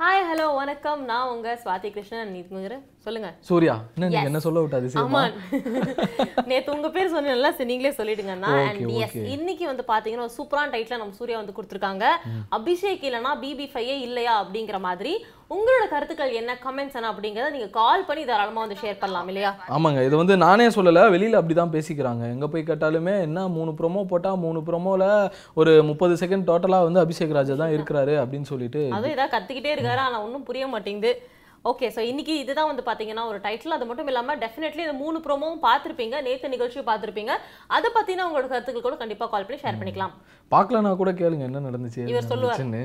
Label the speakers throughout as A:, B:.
A: Hello வணக்கம் நான் உங்க சுவாதி கிருஷ்ணன் நீங்க சொல்லுங்க
B: சூர்யா என்ன நீங்க என்ன சொல்ல விட்டு அதிசயமா
A: அமான் நேத்து உங்க பேர் சொன்னேன்ல சரி, நீங்களே சொல்லிடுங்க நான் and yes இன்னைக்கு வந்து பாத்தீங்கன்னா ஒரு சூப்பரான டைட்டில் நம்ம சூர்யா வந்து கொடுத்துருக்காங்க அபிஷேக் இல்லனா பிபி ஃபையே இல்லையா அப்படிங்கிற மாதிரி உங்களோட கருத்துக்கள் என்ன கமெண்ட்ஸ் என்ன அப்படிங்கறத நீங்க கால் பண்ணி தாராளமா வந்து ஷேர் பண்ணலாம் இல்லையா
B: ஆமாங்க இது வந்து நானே சொல்லல வெளியில அப்படிதான் பேசிக்கிறாங்க எங்க போய் கேட்டாலுமே என்ன மூணு ப்ரோமோ போட்டா மூணு ப்ரோமோல ஒரு முப்பது செகண்ட் டோட்டலா வந்து அபிஷேக் ராஜா தான் இருக்கிறாரு அப்படின்னு சொல்லிட்டு
A: அதுவும் இதா கத்திக்கிட்டே இருக்காரு ஆனா ஒன்றும் புரிய மாட்டேங்குது ஓகே ஸோ இன்னைக்கு இதுதான் வந்து பாத்தீங்கன்னா ஒரு டைட்டில் அது மட்டும் இல்லாம டெஃபினெட்லி இந்த மூணு ப்ரோமோவும் பார்த்திருப்பீங்க நேத்து நிகழ்ச்சியும் பார்த்திருப்பீங்க அதை பத்தின உங்களோட கருத்துக்கள் கூட கண்டிப்பா கால் பண்ணி ஷேர் பண்ணிக்கலாம்
B: பார்க்கலனா கூட கேளுங்க என்ன நடந்துச்சு என்ன
A: இவர் சொல்லுவார்.
B: நடந்துச்சுன்னு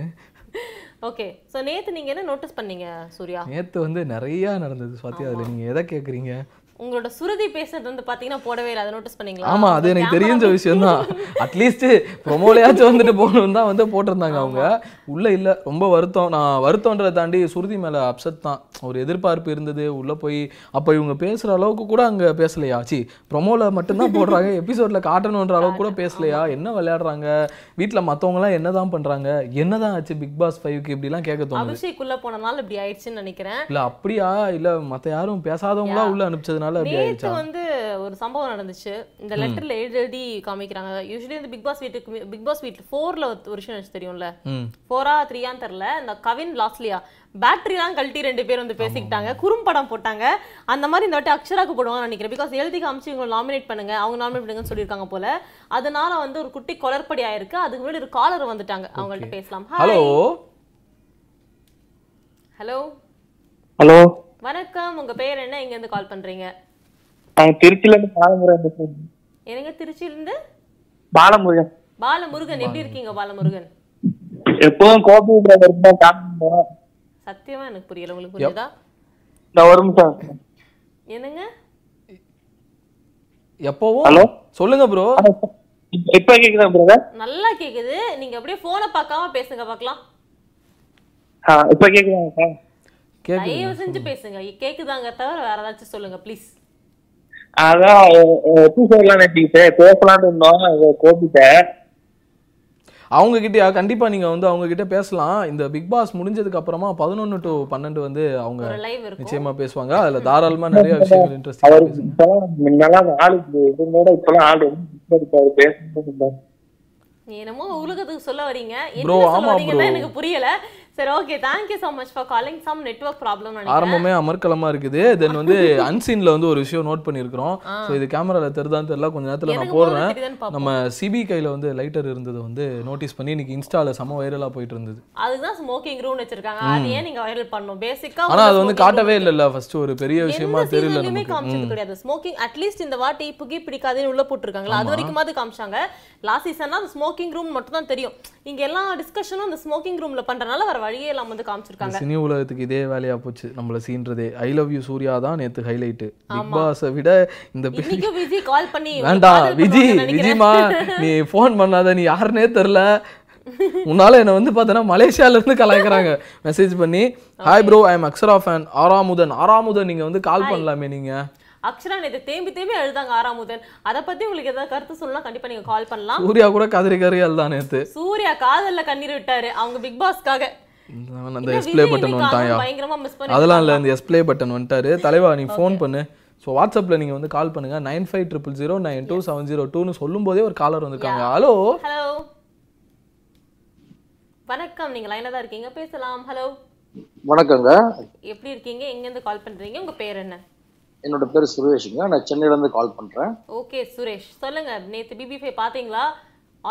A: ஓகே ஸோ நேத்து நீங்க என்ன நோட்டீஸ் பண்ணீங்க சூர்யா
B: நேத்து வந்து நிறைய நடந்தது சுவாதி அதுல நீங்க எதை கேக்குறீங்க
A: உங்களோட சுருதி பேசுறது வந்து பாத்தீங்கன்னா போடவே இல்லை அதை நோட்டீஸ் பண்ணீங்களா
B: ஆமா அது எனக்கு தெரிஞ்ச விஷயம் தான் அட்லீஸ்ட் ப்ரொமோலையாச்சும் வந்துட்டு போகணும்னு தான் வந்து போட்டிருந்தாங்க அவங்க உள்ள இல்ல ரொம்ப வருத்தம் நான் வருத்தம்ன்றதை தாண்டி சுருதி மேல அப்செட் தான் ஒரு எதிர்பார்ப்பு இருந்தது உள்ள போய் அப்ப இவங்க பேசுற அளவுக்கு கூட அங்க பேசலையா சி ப்ரொமோல மட்டும்தான் போடுறாங்க எபிசோட்ல காட்டணுன்ற அளவுக்கு கூட பேசலையா என்ன விளையாடுறாங்க வீட்ல மத்தவங்க எல்லாம் என்னதான் பண்றாங்க என்னதான் ஆச்சு பிக் பாஸ் ஃபைவ்க்கு இப்படிலாம் கேட்க தோணுது
A: அபிஷேக் உள்ள போனனால இப்படி ஆயிடுச்சுன்னு நினைக்கிறேன்
B: இல்ல அப்படியா இல்ல மத்த யாரும் பேசாதவங்களா உள்ள அனுப்பிச்சதுனால அப்படி
A: நேத்து
B: ஆயிடுச்சா
A: வந்து ஒரு சம்பவம் நடந்துச்சு இந்த லெட்டர்ல எழுதி காமிக்கிறாங்க யூஸ்வலி இந்த பிக் பாஸ் வீட்டுக்கு பிக் பாஸ் வீட்டு ஃபோர்ல ஒரு விஷயம் நடந்துச்சு தெரியும்ல
B: ம்
A: ஃபோரா த்ரீயான்னு தெரில இந்த கவின் லாஸ்ட்லியா பேட்டரிலாம் கழட்டி ரெண்டு பேர் வந்து பேசிக்கிட்டாங்க குறும்படம் போட்டாங்க அந்த மாதிரி இந்த வாட்டி அக்ஷராக்கு போடுவாங்கன்னு நினைக்கிறேன் பிகாஸ் எழுதி காமிச்சு இவங்க நாமினேட் பண்ணுங்க அவங்க நாமினேட் பண்ணுங்கன்னு சொல்லியிருக்காங்க போல அதனால வந்து ஒரு குட்டி குளறுபடி ஆயிருக்கு அதுக்கு முன்னாடி ஒரு காலர் வந்துட்டாங்க அவங்கள்ட்ட பேசலாம்
B: ஹலோ
A: ஹலோ
C: ஹலோ
A: வணக்கம் உங்க பேர் என்ன எங்க இருந்து கால் பண்றீங்க
C: நாங்க திருச்சில இருந்து பாலமுருகன் பேசுறோம்
A: எனக்கு திருச்சியில இருந்து
C: பாலமுருகன்
A: பாலமுருகன் எப்படி இருக்கீங்க பாலமுருகன்
C: எப்போதும் கோபி டிரைவர் தான் காமிப்போம்
A: சத்தியமா எனக்கு புரியல உங்களுக்கு புரியுதா
C: இந்த ஒரு நிமிஷம்
A: என்னங்க
C: Hello?
B: எப்பவும் சொல்லுங்க ப்ரோ
C: இப்ப- இப்ப கேக்குதா பிரதர்
A: நல்லா கேக்குது நீங்க அப்படியே போனை பார்க்காம பேசுங்க பார்க்கலாம்
C: இப்ப கேக்குதாங்க சார்
B: கேக்குது
A: தயவு செஞ்சு பேசுங்க கேக்குதாங்க தவிர வேற ஏதாச்சும் சொல்லுங்க ப்ளீஸ்
C: அதான் எபிசோட்லாம் நட்டிக்கிட்டு பேசலாம்னு இருந்தோம் அது கோபிட்ட
B: அவங்க கிட்டயா கண்டிப்பா நீங்க வந்து அவங்க கிட்ட பேசலாம் இந்த பிக் பாஸ் முடிஞ்சதுக்கு அப்புறமா பதினொன்னு டு பன்னெண்டு வந்து அவங்க
A: ஒரு லைவ் இருக்கும்
B: நிச்சயமா பேசுவாங்க அதுல தாராளமா நிறைய விஷயங்கள் இன்ட்ரெஸ்டிங்
C: அவருக்கு இப்பெல்லாம் முன்னெல்லாம் ஆளுக்கு இதனோட இப்பெல்லாம் ஆள் ரொம்ப different ஆ இருக்கு. அவரு பேசணும்னு இருந்தோம்.
A: நீ என்னமோ உலகத்துக்கு சொல்ல வரீங்க என்ன
B: Bro,
A: சொல்ல
B: ஆமா
A: வரீங்கன்னு
B: bro.
A: எனக்கு புரியல சரி okay thank you so much for calling some network problem நினைக்கிறேன்
B: ஆரம்பமே அமர்க்கலமா இருக்குது தென் வந்து அன்சீன்ல வந்து ஒரு விஷயம் நோட் பண்ணிருக்கிறோம் சோ இது கேமரால தெரிதான்னு தெரியல கொஞ்ச நேரத்துல நான்
A: எனக்கு
B: போடுறேன்
A: முதல்ல தெரியுதான்னு பாப்போம்
B: நம்ம சிபி கையில வந்து லைட்டர் இருந்தது வந்து நோட்டீஸ் பண்ணி இன்னைக்கு இன்ஸ்டால செம வைரலா போயிட்டு இருந்தது
A: அதுதான் ஸ்மோக்கிங் ரூம் வச்சிருக்காங்க அது ஏன் நீங்க வைரல் பண்ணணும் பேசிக்கா
B: ஆனா அது வந்து காட்டவே இல்லல்ல ஃபர்ஸ்ட் ஒரு பெரிய விஷயமா தெரியல
A: சீசன்லயுமே
B: நமக்கு
A: காமிச்சது கிடையாது ஸ்மோக்கிங் அட்லீஸ்ட் இந்த வாட்டி புகை பிடிக்காதுன்னு உள்ள போட்டிருக்காங்களா அது வரைக்குமாவது காமிச்சாங்க லாஸ்ட் சீசன்னா அந்த ஸ்மோக்கிங் ரூம் மட்டும் தான் தெரியும் இங்க எல்லா டிஸ்கஷனும் அந்த ஸ்மோக்கிங் ரூம்ல பண்றனால வேற வழியே இல்லாம வந்து காமிச்சிருக்காங்க
B: இந்த சினி உலகத்துக்கு இதே வேலையா போச்சு நம்மள சீன்றதே ஐ லவ் யூ சூர்யா தான் நேத்து ஹைலைட் பிக் பாஸை விட இந்த பெரிய-
A: இன்னைக்கு விஜி கால் பண்ணி உங்களுக்கு
B: வேண்டாம்
A: காதல்
B: விஜி
A: பண்ணுவாங்கன்னு நினைக்கிறேன்.
B: விஜிமா நீ ஃபோன் பண்ணாத நீ யாருன்னே தெரில உன்னால என்ன வந்து பார்த்தனா மலேசியால இருந்து கலாய்க்கிறாங்க மெசேஜ் பண்ணி hi bro I am Akshara fan Aaramudhan Aaramudhan நீங்க வந்து கால் பண்ணலாமே நீங்க
A: அக்ஷரா நேத்து தேம்பி தேம்பி அழுதாங்க ஆறாமுதன் அத பத்தி உங்களுக்கு ஏதாவது கருத்து சொல்லலாம் கண்டிப்பா நீங்க கால் பண்ணலாம்
B: சூர்யா கூட கதறி கதறியால் தான் நேத்து
A: சூர்யா காதல்ல கண்ணீர் விட்டாரு அவங்க பிக் பாஸ்க்காக
B: இவன் அந்த
A: இல்ல,
B: எஸ்பிளே
A: விஜய்
B: பட்டன்
A: இன்னைக்கு
B: வந்துட்டாயா
A: அதுவும் பயங்கரமா மிஸ் பண்ணி
B: அதெல்லாம் இல்லை இந்த எஸ்பிளே பட்டன் வந்துட்டாரு தலைவா நீ ஃபோன் பண்ணு ஸோ வாட்ஸ்அப்பில் நீங்கள் வந்து கால் பண்ணுங்க nine five triple zero nine two seven zero டூன்னு சொல்லும்போதே ஒரு காலர் வந்திருக்காங்க ஹலோ
A: ஹலோ வணக்கம் நீங்க லைனா தான் இருக்கீங்க பேசலாம் ஹலோ
D: வணக்கங்க
A: எப்படி இருக்கீங்க எங்க இருந்து கால் பண்றீங்க உங்க பேர் என்ன
D: என்னோட பேர் சுரேஷுங்க நான் சென்னையில இருந்து கால் பண்றேன்
A: ஓகே சுரேஷ் சொல்லுங்க நேத்து பிபி ஃபை பாத்தீங்களா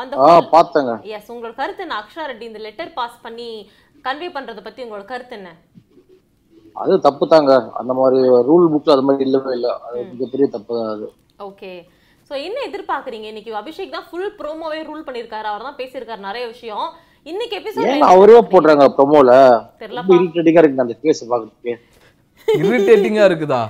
A: அந்த
D: ஆ பார்த்தேங்க
A: எஸ் உங்களோட கருத்து என்ன அக்ஷரா ரெட்டி இந்த லெட்டர் பாஸ் பண்ணி கன்வே பண்றத பத்தி உங்களோட கருத்து என்ன
D: அது தப்பு தாங்க அந்த மாதிரி ரூல் புக்ல அது மாதிரி இல்லவே இல்லை அது மிகப்பெரிய தப்பு தான் அது
A: ஓகே சோ என்ன எதிர்பார்க்குறீங்க இன்னைக்கு அபிஷேக் தான் ஃபுல் ப்ரோமோவே ரூல் பண்ணியிருக்காரு அவர் தான் பேசியிருக்காரு நிறைய விஷயம் இன்னைக்கு
D: ஏன்னா
A: எபிசோட்
D: அவரே போடுறாங்க ப்ரொமோல
A: தெரியலப்பா.
D: ரொம்ப இரிட்டேட்டிங்கா இருக்கு அந்த கேஸ் பாக்குறதுக்கு
B: இரிட்டேட்டிங்காக இருக்குதா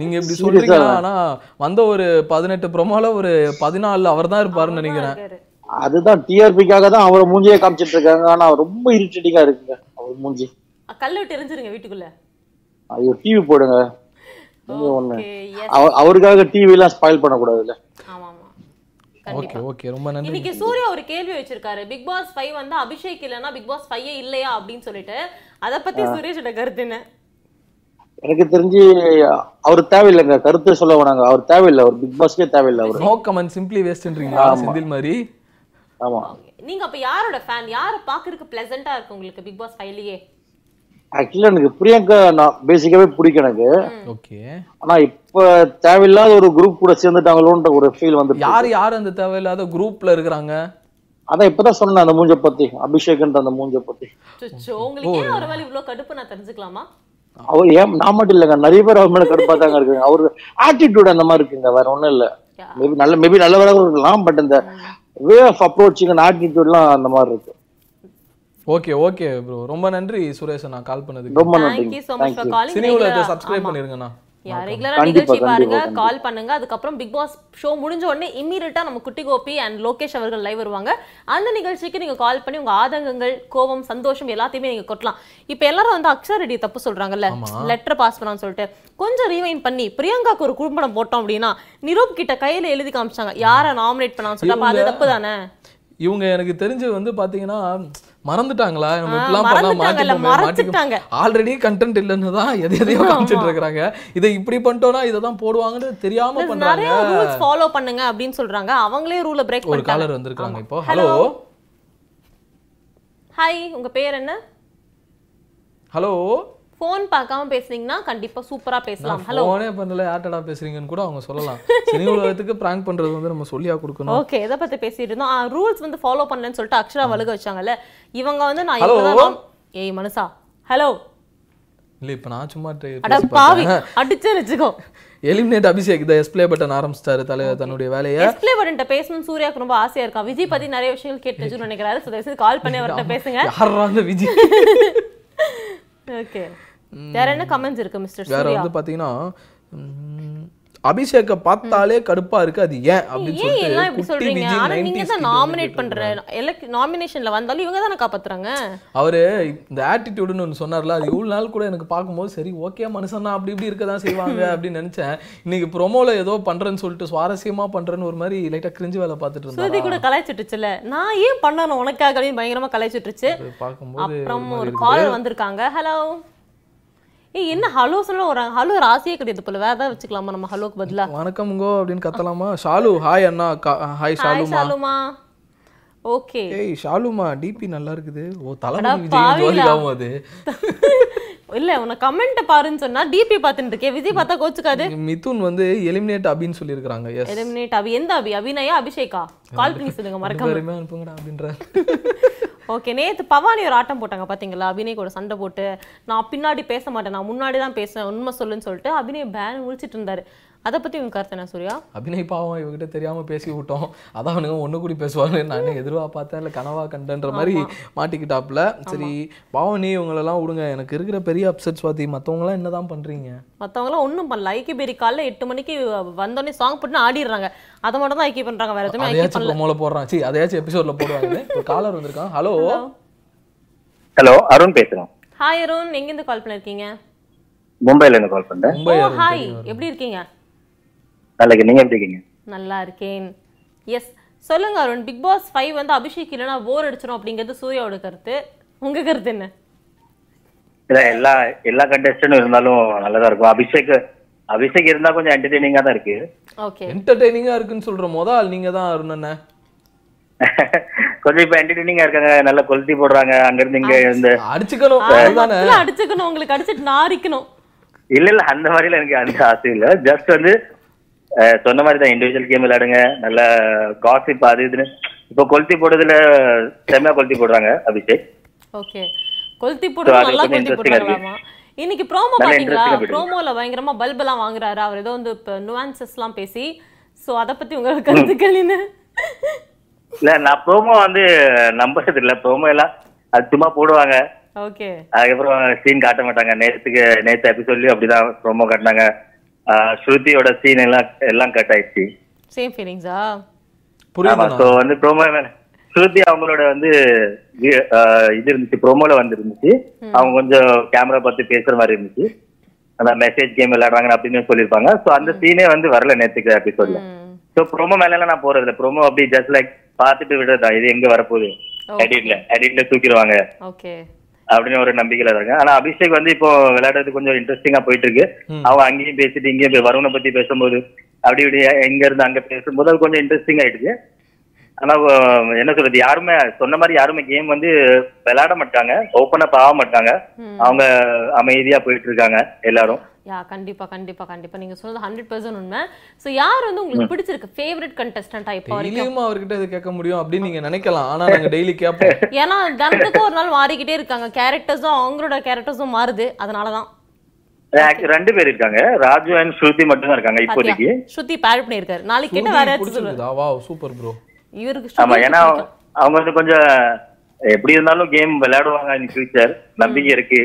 B: நீங்கள் இப்படி சொல்றீங்க ஆனால் வந்த ஒரு பதினெட்டு ப்ரொமோல ஒரு பதினாலு அவர் தான் இருப்பாருன்னு நினைக்கிறேன்
D: அதுதான் டிஆர்பிக்காக தான் அவரை மூஞ்சியே காமிச்சிட்டு இருக்காங்க ஆனா ரொம்ப இரிட்டேட்டிங்கா இருக்குங்க அவர் மூஞ்சி
A: கல்லு விட்டு எரிஞ்சிருங்க வீட்டுக்குள்ள
D: ஐயோ டிவி போடுங்க நீங்க ஒண்ணு
A: ஓகே எஸ்
D: அவ- அவருக்காக டிவி எல்லாம் ஸ்பாயில் பண்ணக்கூடாதுல்ல
A: ஆமா ஆமா கண்டிப்பா
B: ஓகே ஓகே ரொம்ப நன்றி
A: இன்னைக்கு சூர்யா ஒரு கேள்வி வச்சிருக்காரு பிக் பாஸ் ஃபைவ் வந்து அபிஷேக் இல்லைன்னா பிக் பாஸ் ஃபைவ் இல்லையா அப்படின்னு சொல்லிட்டு அத பத்தி சுரேஷோட கருத்து என்ன
D: எனக்கு தெரிஞ்சு அவர் தேவையில்லைங்க கருத்து சொல்ல வேணாங்க அவர் தேவையில்லை அவர் பிக் பாஸ்க்கே தேவையில்லை அவரு
B: நோ கமெண்ட் சிம்பிளி வேஸ்ட்ன்றீங்களா செந்தில் மாதிரி
D: ஆமா
A: நீங்க அப்ப யாரோட ஃபேன் யாரை பாக்குறதுக்கு பிளசண்டா இருக்கு உங்களுக்கு பிக் பாஸ் ஃபைவ்லயே
D: ஆக்சுவலா எனக்கு பிரியங்கா நான் பேசிக்காவே பிடிக்கும் எனக்கு
B: ஓகே
D: ஆனா இப்ப தேவையில்லாத ஒரு குரூப் கூட சேர்ந்துட்டாங்களோன்ற ஒரு ஃபீல் வந்து
B: யார் யார் அந்த தேவையில்லாத குரூப்ல இருக்கிறாங்க
D: அதான் இப்பதான் சொன்னேன் அந்த மூஞ்ச பத்தி அபிஷேக்ன்ற அந்த மூஞ்ச பத்தி
A: சுச்சோ
B: Oh,
A: உங்களுக்கு ஏன் ஒரு வேலை இவ்வளவு கடுப்பு நான் தெரிஞ்சுக்கலாமா
D: அவர் ஏன் நான் மட்டும் இல்லைங்க நிறைய பேர் அவர் மேல கடுப்பா தாங்க இருக்குங்க அவரு ஆட்டிடியூட் அந்த மாதிரி இருக்குங்க வேற ஒண்ணும் இல்ல
A: Yeah.
D: மேபி நல்ல மேபி நல்லவராகவும் இருக்கலாம் பட் இந்த வே ஆஃப் அப்ரோச்சிங் ஆட்டிடியூட்லாம் அந்த மாதிரி இருக்கு
B: ஓகே ஓகே ப்ரோ ரொம்ப நன்றி சுரேஷ் நான் கால் பண்ணதுக்கு
D: ரொம்ப நன்றிங்க
A: thank you so much for calling
B: cine உலகத்தை சப்ஸ்கிரைப் பண்ணிருங்கண்ணா
A: யா ரெகுலரா நிகழ்ச்சி பாருங்க கால் பண்ணுங்க அதுக்கப்புறம் பிக் பாஸ் ஷோ முடிஞ்ச உடனே இம்மீடியட்டா நம்ம குட்டி கோபி அண்ட் லோகேஷ் அவர்கள் லைவ் வருவாங்க அந்த நிகழ்ச்சிக்கு நீங்க கால் பண்ணி உங்க ஆதங்கங்கள் கோபம் சந்தோஷம் எல்லாத்தையுமே நீங்க கொட்டலாம் இப்போ எல்லாரும் வந்து அக்ஷர் ரெடி தப்பு சொல்றாங்கல்ல லெட்டர் பாஸ் பண்ணான்னு சொல்லிட்டு கொஞ்சம் ரீவைண்ட் பண்ணி பிரியங்காக்கு ஒரு குறும்படம் போட்டோம் அப்படின்னா நிரூப் கிட்ட கையில எழுதி காமிச்சாங்க யாரை நாமினேட் பண்ணான்னு சொல்லிட்டு அப்ப அது தப்பு தானே
B: இவங்க எனக்கு தெரிஞ்சு வந்து பாத்தீங்கன்னா மறந்துட்டாங்களா நம்ம
A: ஆ,
B: இப்படிலாம் பண்ணா
A: மறந்துட்டாங்கல்ல,
B: மாட்டிப்போமே
A: மறைச்சிட்டாங்க.
B: மாட்டிக்க ஆல்ரெடி கண்டென்ட் இல்லைன்னு தான் எதை எதையோ காமிச்சிட்டு இருக்கிறாங்க இதை இப்படி பண்ணிட்டோம்னா இதை தான் போடுவாங்கன்னு தெரியாம
A: Plus
B: பண்றாங்க
A: நிறைய ரூல்ஸ் ஃபாலோ பண்ணுங்க அப்படின்னு சொல்றாங்க அவங்களே ரூல பிரேக்
B: ஒரு
A: பண்ணிட்டாங்க
B: காலர் வந்திருக்காங்க
A: ஆமா.
B: இப்போ ஹலோ
A: ஹாய் உங்க பேர் என்ன
B: ஹலோ
A: ஃபோன் பார்க்காம பேசுனீங்கன்னா கண்டிப்பா சூப்பரா பேசலாம் ஹலோ
B: ஃபோனே பண்ணல யார்டடா பேசுறீங்கன்னு கூட அவங்க சொல்லலாம் சினி உலகத்துக்கு பிராங்க் பண்றது வந்து நம்ம சொல்லியா கொடுக்கணும்
A: ஓகே எதை பத்தி பேசிட்டு இருந்தோம் ரூல்ஸ் வந்து ஃபாலோ பண்ணலன்னு சொல்லிட்டு அக்ஷரா வழுக வச்சாங்கல்ல இவங்க வந்து நான்
B: Hello?
A: இப்பதான் norm- ஏய் மனுஷா ஹலோ
B: இல்ல இப்ப நான் சும்மா try
A: அட
B: பேசி
A: பாவி
B: பார்த்தேன்.
A: அடிச்சு வச்சுக்கோ
B: எலிமினேட் அபிஷேக் த எஸ்பிளே பட்டன் ஆரம்பிச்சிட்டாரு தலை தன்னுடைய வேலையை
A: எஸ்பிளே வரன்ட்ட பேசணும் சூர்யாக்கு ரொம்ப ஆசையா இருக்கான் விஜய் பத்தி நிறைய விஷயங்கள் கேட்டுச்சுன்னு நினைக்கிறாரு ஸோ தயவுசெய்து கால் பண்ணி அவர்கிட்ட பேசுங்க
B: யாரா அந்த விஜய்
A: ஓகே வேற என்ன கமெண்ட்ஸ் இருக்கு மிஸ்டர்
B: வேற
A: சூர்யா
B: வந்து பாத்தீங்கன்னா ம், அபிஷேக்கை பார்த்தாலே கடுப்பா இருக்கு அது ஏன் அப்படின்னு
A: ஏன் எல்லாம்
B: சொல்லிட்டு
A: இப்படி
B: குட்டி
A: சொல்றீங்க
B: விஜய்
A: ஆனா நீங்க
B: 90s
A: தான்
B: kid வந்து
A: நாமினேட் பண்ற எலக் நாமினேஷன்ல வந்தாலும் இவங்க தானே காப்பாத்துறாங்க
B: அவரு இந்த ஆட்டிடியூடுன்னு ஒன்று சொன்னார்ல அது இவ்வளவு நாள் கூட எனக்கு பார்க்கும்போது சரி ஓகே மனுஷன் அப்படி இப்படி இருக்க தான் செய்வாங்க அப்படின்னு நினைச்சேன் இன்னைக்கு ப்ரோமோல ஏதோ பண்றேன்னு சொல்லிட்டு சுவாரஸ்யமா பண்றேன்னு ஒரு மாதிரி லைட்டா கிரிஞ்சு வேலை பார்த்துட்டு
A: ஸ்ருதி
B: இருந்தாரு
A: கூட கலாய்ச்சிட்டுச்சுல நான் ஏன் பண்ணணும் உனக்காக அப்படின்னு பயங்கரமா கலாய்ச்சிட்டுச்சு
B: பார்க்கும்போது
A: அப்புறம் ஒரு காலர் வந்திருக்காங்க ஹலோ ஏய் என்ன ஹலோ சொல்ல ஒரு ஹலோ ராசியே கிடையாது போல வேற ஏதாவது வச்சுக்கலாமா நம்ம ஹலோக்கு பதிலா
B: வணக்கம்ங்கோ அப்படின்னு கத்தலாமா ஷாலு ஹாய் அண்ணா கா- ஹாய்
A: ஹாய்
B: ஷாலுமா
A: சாலுமா ஓகே
B: ஏய் ஷாலுமா டிபி நல்லா இருக்குது ஓ
A: அடா
B: தலைமை விஜய்
A: பாவிகளா.
B: ஜோதிகாவும் அது
A: இல்ல உனக்கு கமெண்ட் பாருன்னு சொன்னா டிபி பாத்துட்டு இருக்கேன் விஜய் பார்த்தா கோச்சுக்காது
B: மிதுன் வந்து எலிமினேட் அப்படின்னு சொல்லியிருக்கிறாங்க எஸ்
A: எலிமினேட் அபி எந்த அபி அபிநயா அபிஷேகா கால் பண்ணி சொல்லுங்க மறக்காம
B: பேருமே அனுப்புங்கடா அப்படின்ற
A: ஓகே நேத்து பவானி ஒரு ஆட்டம் போட்டாங்க பாத்தீங்களா அபினேக் கூட சண்டை போட்டு நான் பின்னாடி பேச மாட்டேன் நான் முன்னாடி தான் பேசுவேன் உண்மை சொல்லுன்னு சொல்லிட்டு அபினேக் பேன் முழிச்சிட்டு இருந்தாரு அதை பத்தி உங்க கருத்து என்ன சூர்யா
B: அபிநய் பாவம் இவகிட்ட தெரியாம பேசி விட்டோம் அதான் அவனுங்க ஒண்ணு கூடி பேசுவாங்க நான் எதிர்வா பார்த்தேன் இல்ல கனவா கண்டன்ற மாதிரி மாட்டிக்கிட்டாப்புல சரி பாவம் நீ இவங்களெல்லாம் விடுங்க எனக்கு இருக்கிற பெரிய அப்செட் சுவாதி மத்தவங்க எல்லாம் என்னதான் பண்றீங்க
A: மத்தவங்களாம் ஒண்ணும் பண்ணல ஐக்கிய பேரி காலைல எட்டு மணிக்கு வந்தோடனே சாங் போட்டு ஆடிடுறாங்க அதை மட்டும் தான் ஐக்கிய பண்றாங்க வேற எதுவுமே ஐக்கிய
B: அதையாச்சும் ப்ரோமோல போடுறான் சரி அதையாச்சும் எபிசோட்ல போடுவாங்க ஒரு காலர் வந்திருக்கான் ஹலோ
E: ஹலோ அருண் பேசுறோம்
A: ஹாய் அருண் எங்க இருந்து கால் பண்ணிருக்கீங்க
E: மும்பைல இருந்து கால் பண்றேன்
A: ஓ
B: மும்பை
A: ஹாய் எப்படி இருக்கீங்க
E: நாளைக்கு நீங்க எப்படி இருக்கீங்க
A: நல்லா இருக்கேன் எஸ் சொல்லுங்க அருண் பிக் பாஸ் ஃபைவ் வந்து அபிஷேக் இல்லைன்னா போர் அடிச்சிடும் அப்படிங்கிறது சூர்யாவோட கருத்து உங்க கருத்து என்ன
E: இல்ல எல்லா எல்லா கண்டெஸ்டனும் இருந்தாலும் நல்லதா இருக்கும் அபிஷேக் அபிஷேக் இருந்தா கொஞ்சம் என்டர்டெய்னிங்கா தான் இருக்கு
A: ஓகே
B: என்டர்டெய்னிங்கா இருக்குன்னு சொல்ற முதல் நீங்க தான் அருணண்ண
E: கொஞ்சம் இப்ப என்டர்டெய்னிங்கா இருக்காங்க நல்ல கொளுத்தி போடுறாங்க அங்க இருந்து இங்க இருந்து
B: அடிச்சுக்கணும் அதுதானே
A: ஆரம்பத்துல அடிச்சுக்கணும் உங்களுக்கு அடிச்சிட்டு நாரிக்கணும்
E: இல்ல இல்ல அந்த மாதிரில எனக்கு அந்த ஆசை இல்ல ஜஸ்ட் வந்து அஹ், சொன்ன மாதிரி தான் இண்டிவிஜுவல் கேம் விளையாடுங்க நல்ல காசிப் அது இதுன்னு இப்போ கொளுத்தி போடுறதுல செம்மையா கொளுத்தி போடுறாங்க அபிஷேக்
A: ஓகே கொளுத்தி போட்டு
E: அது
A: நல்லா
E: கொஞ்சம்
A: கொளுத்தி
E: interesting-ஆ இருக்கு.
A: போட்டுக்கலாமா இன்னைக்கு ப்ரோமோ
E: நல்லா
A: பாத்தீங்களா
E: interesting-ஆ போயிட்டு
A: ப்ரோமோல பயங்கரமா பல்ப் எல்லாம் வாங்குறாரு அவர் ஏதோ வந்து இப்போ எல்லாம் பேசி சோ அத பத்தி உங்க கருத்துக்கள் என்ன
E: இல்ல நான் ப்ரோமோ வந்து நம்புறது இல்ல ப்ரோமோ எல்லாம் அது சும்மா போடுவாங்க
A: ஓகே
E: அதுக்கப்புறம் சீன் காட்ட மாட்டாங்க நேத்துக்கு நேத்து எபிசோட்லயும் அப்படிதான் ப்ரோமோ காட்டினாங்க ஆஹ் ஸ்ருதியோட சீன் எல்லாம் எல்லாம் கட் ஆயிடுச்சு
A: சேம் ஃபீலிங்ஸா
E: ஆமா
B: புரியுது
E: சோ வந்து ப்ரோமோ ஸ்ருதி அவங்களோட வந்து வி- ஆஹ் இது இருந்துச்சு ப்ரோமோல வந்துருந்துச்சு அவங்க கொஞ்சம் கேமரா பார்த்து பேசுற மாதிரி இருந்துச்சு அந்த மெசேஜ் கேம் விளையாடுறாங்க அப்படின்னு சொல்லியிருப்பாங்க சோ அந்த சீனே வந்து வரல நேத்துக்கு எபிசோட்ல
A: ம்.
E: ஸோ ப்ரோமோ மேலலாம் நான் போறது இல்ல ப்ரோமோ அப்படி ஜஸ்ட் லைக் பார்த்துட்டு விடுறதா இது எங்க வரப்போகுது எடிட்ல எடிட்ல தூக்கிடுவாங்க
A: ஓகே
E: அப்படின்னு ஒரு நம்பிக்கையில இருக்காங்க ஆனா அபிஷேக் வந்து இப்போ விளையாடுறது கொஞ்சம் இன்ட்ரெஸ்டிங்கா போயிட்டு இருக்கு அவன் அங்கேயும் பேசிட்டு இங்கேயும் போய் வருணை பத்தி பேசும்போது அப்படி இப்படி எங்க இருந்து அங்க பேசும்போது அது கொஞ்சம் இன்ட்ரெஸ்டிங் ஆயிடுச்சு ஆனா அஹ், என்ன சொல்றது யாருமே சொன்ன மாதிரி யாருமே கேம் வந்து விளையாட மாட்டாங்க ஓப்பன் அப் ஆக மாட்டாங்க அவங்க அமைதியா போயிட்டு இருக்காங்க எல்லாரும்
A: யா கண்டிப்பா கண்டிப்பா கண்டிப்பா நீங்க சொன்னது ஹண்ட்ரட் பர்சன்ட் உண்மை சோ யார் வந்து உங்களுக்கு பிடிச்சிருக்கு ஃபேவரட் கண்டஸ்டன்டா இப்போ வரைக்கும்
B: டெய்லியும் அவர்கிட்ட இது கேட்க முடியும் அப்படின்னு நீங்க நினைக்கலாம் ஆனா நாங்க டெய்லி கேட்போம்
A: ஏன்னா தினத்துக்கும் ஒரு நாள் மாறிக்கிட்டே இருக்காங்க கேரக்டர்ஸும் அவங்களோட கேரக்டர்ஸும் மாறுது அதனாலதான்
E: Actually, ரெண்டு பேர் இருக்காங்க ராஜு அண்ட் ஸ்ருதி மட்டும் தான் இருக்காங்க
A: பாத்தியா
E: இப்போதைக்கு
A: ஸ்ருதி பேர் பண்ணியிருக்காரு நாளைக்கு என்ன வேற யாராச்சும் சொல்லுவாரு
B: பிடிச்சிருக்குதா வா சூப்பர் ப்ரோ
A: இவருக்கு
E: ஆமா
A: ஸ்ருதி
E: ஏன்னா அவங்க வந்து கொஞ்சம் எப்படி இருந்தாலும் கேம் விளையாடுவாங்க இன் ஃபியூச்சர் நம்பிக்கை இருக்கு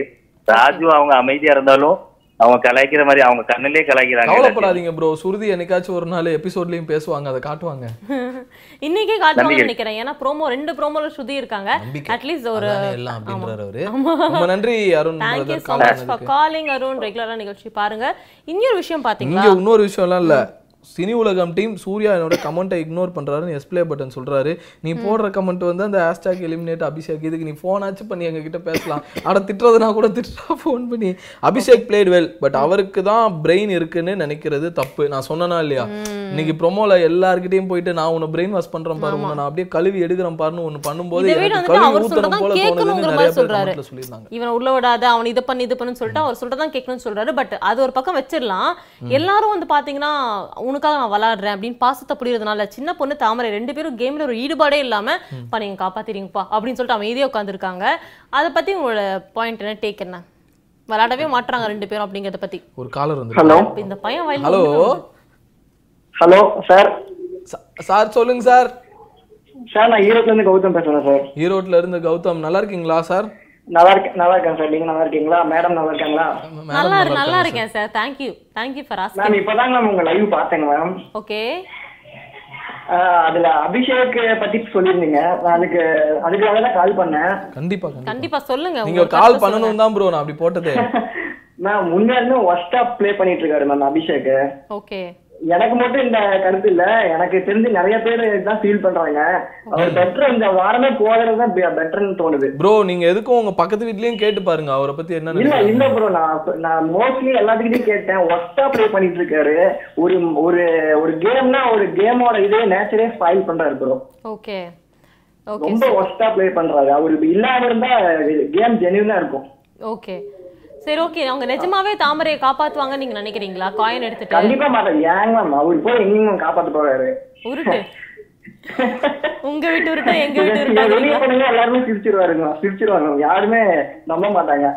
E: ராஜு அவங்க அமைதியா இருந்தாலும் அவங்க கலாய்க்கிற மாதிரி அவங்க கண்ணிலே கலாய்க்கிறாங்க எல்லாத்தையும்.
B: கவலைப்படாதீங்க ப்ரோ சுருதி என்னைக்காச்சும் ஒரு நாள் எபிசோட்லயும் பேசுவாங்க அதை காட்டுவாங்க
A: இன்னைக்கே காட்டுவாங்கன்னு நினைக்கிறேன் ஏன்னா ப்ரோமோ ரெண்டு ப்ரோமோல ஸ்ருதி இருக்காங்க
B: நம்பிக்கை.
A: அட்லீஸ்ட் ஒரு
B: அதானே எல்லாம் அப்படின்றாரு அவரு ரொம்ப நன்றி Arun
A: thank you
B: brother
A: so
B: call
A: much for
B: பண்ணதுக்கு.
A: காலிங் அருண் ரெகுலரா நிகழ்ச்சி பாருங்க இன்னொரு விஷயம்
B: இங்க
A: பாத்தீங்களா
B: இன்னொரு விஷயம் எல்லாம் இல்ல சினி உலகம் டீம் சூர்யா என்னோட கமெண்ட்டை இக்னோர் பண்றாருன்னு எஸ்பிளே பட்டன் சொல்றாரு நீ போடுற கமெண்ட் வந்து அந்த ஹேஷ்டாக் எலிமினேட் அபிஷேக் இதுக்கு நீ போனாச்சு பண்ணி எங்க கிட்ட பேசலாம் ஆட திட்டுறதுனா கூட திட்டுறா ஃபோன் பண்ணி அபிஷேக் பிளேட் வெல் பட் அவருக்கு தான் பிரெயின் இருக்குன்னு நினைக்கிறது தப்பு நான் சொன்னனா இல்லையா இன்னைக்கு ப்ரோமோல எல்லார்கிட்டயும் போயிட்டு நான் உன்னை பிரெயின் வாஷ் பண்றேன் பாரு உன்னை நான் அப்படியே கழுவி எடுக்கிறேன் பாருன்னு ஒன்னு பண்ணும்போது
A: இதை விட
B: எனக்கு கழுவி
A: வந்துட்டு அவர்
B: ஊத்துறோம்
A: சொல்றதான்
B: போல தோணுதுன்னு
A: கேட்கணுங்கிற
B: நிறைய
A: மாதிரி
B: பேர்
A: சொல்றாரு.
B: கமெண்ட்ல சொல்லியிருந்தாங்க
A: இவனை உள்ள விடாத அவன் இதை பண்ணு இது பண்ணுன்னு சொல்லிட்டு அவர் சொல்றதான் கேட்கணும்னு சொல்றாரு பட் அது ஒரு பக்கம் வச்சிடலாம் எல்லாரும் வந்து பாத்தீங்கன்னா உனக்காக நான் விளாடுறேன் அப்படின்னு பாசத்தை புரியறதுனால சின்ன பொண்ணு தாமரை ரெண்டு பேரும் கேம்ல ஒரு ஈடுபாடே இல்லாம "பா, நீங்க காப்பாத்திறீங்கப்பா அப்படின்னு சொல்லிட்டு அமைதியா உட்காந்துருக்காங்க அதை பத்தி உங்களோட பாயிண்ட் என்ன டேக் என்ன விளாடவே மாட்றாங்க ரெண்டு பேரும் அப்படிங்கறத பத்தி
B: ஒரு காலர் வந்து
F: ஹலோ
A: இப்ப இந்த பையன் வயல்ல
B: ஹலோ
A: விழுந்துருவான்.
F: ஹலோ சார்
B: சார் சொல்லுங்க சார்
F: சார் நான் ஈரோட்ல இருந்து கௌதம் பேசுறேன் சார்
B: ஈரோட்ல இருந்து கௌதம் நல்லா இருக்கீங்களா சார்
F: நல்லா இருக்கேன் நல்லா இருக்கேன் சார் நீங்க நல்லா இருக்கீங்களா மேடம் நல்லா இருக்காங்களா
B: மேடம்
A: நல்லா இரு- நல்லா
B: இருக்காங்க sir.
A: இருக்கேன் sir thank you thank you for asking
F: ma'am இப்பதாங்க மேம் உங்க லைவ் பார்த்தேங்க மேம்
A: ஓகே
F: ஆஹ் அதுல அபிஷேக் பத்தி சொல்லியிருந்தீங்க நான் அதுக்கு அதுக்காக தான் கால் பண்ணேன்
B: கண்டிப்பா கண்டிப்பா
A: கண்டிப்பா சொல்லுங்க
B: நீங்க
A: உங்க
B: கால்
A: கருத்தை சொல்லுங்க.
B: பண்ணணும் தான் ப்ரோ நான் அப்படி போட்டதே
F: மேம் முன்னாடி ஒஸ்டா ப்ளே பண்ணிட்டு இருக்காரு மேம் அபிஷேக்
A: ஓகே
F: எனக்கு மட்டும் இந்த கருத்து இல்ல எனக்கு தெரிஞ்சு நிறைய பேர் இதான் ஃபீல் பண்றாங்க அவர் பெட்டர் இந்த வாரமே போகிறது தான் பெட்டர்னு தோணுது
B: ப்ரோ நீங்க எதுக்கும் உங்க பக்கத்து வீட்லயும் கேட்டு பாருங்க அவரை பத்தி என்ன
F: இல்ல இல்ல
B: நினைக்கிறாங்க
F: ப்ரோ நான் நான் மோஸ்ட்லி எல்லாத்துக்கிட்டையும் கேட்டேன் ஒஸ்டா ப்ளே பண்ணிட்டு இருக்காரு ஒரு ஒரு ஒரு கேம்னா ஒரு கேமோட இதே நேச்சரே ஃபைல் பண்றாரு ப்ரோ
A: ஓகே ஓகே
F: ரொம்ப ஒஸ்டா ப்ளே பண்றாரு அவரு இல்லாம இருந்தா கேம் ஜெனியூனா இருக்கும்
A: ஓகே சரி ஓகே அவங்க நிஜமாவே தாமரையை காப்பாத்துவாங்க நீங்க நினைக்கிறீங்களா காயின் எடுத்துட்டு
F: கண்டிப்பா மாட்டாரு ஏங்க மேம் அவரு போய் எங்கேயும் மேம் காப்பாத்த போறாரு
A: உருட்டு உங்க வீட்டு உருட்டா எங்க வீட்டு
F: வெளியே
A: உருட்டா
F: போனீங்க எல்லாருமே சிரிச்சிருவாருங்க சிரிச்சிருவாங்க யாருமே நம்ப மாட்டாங்க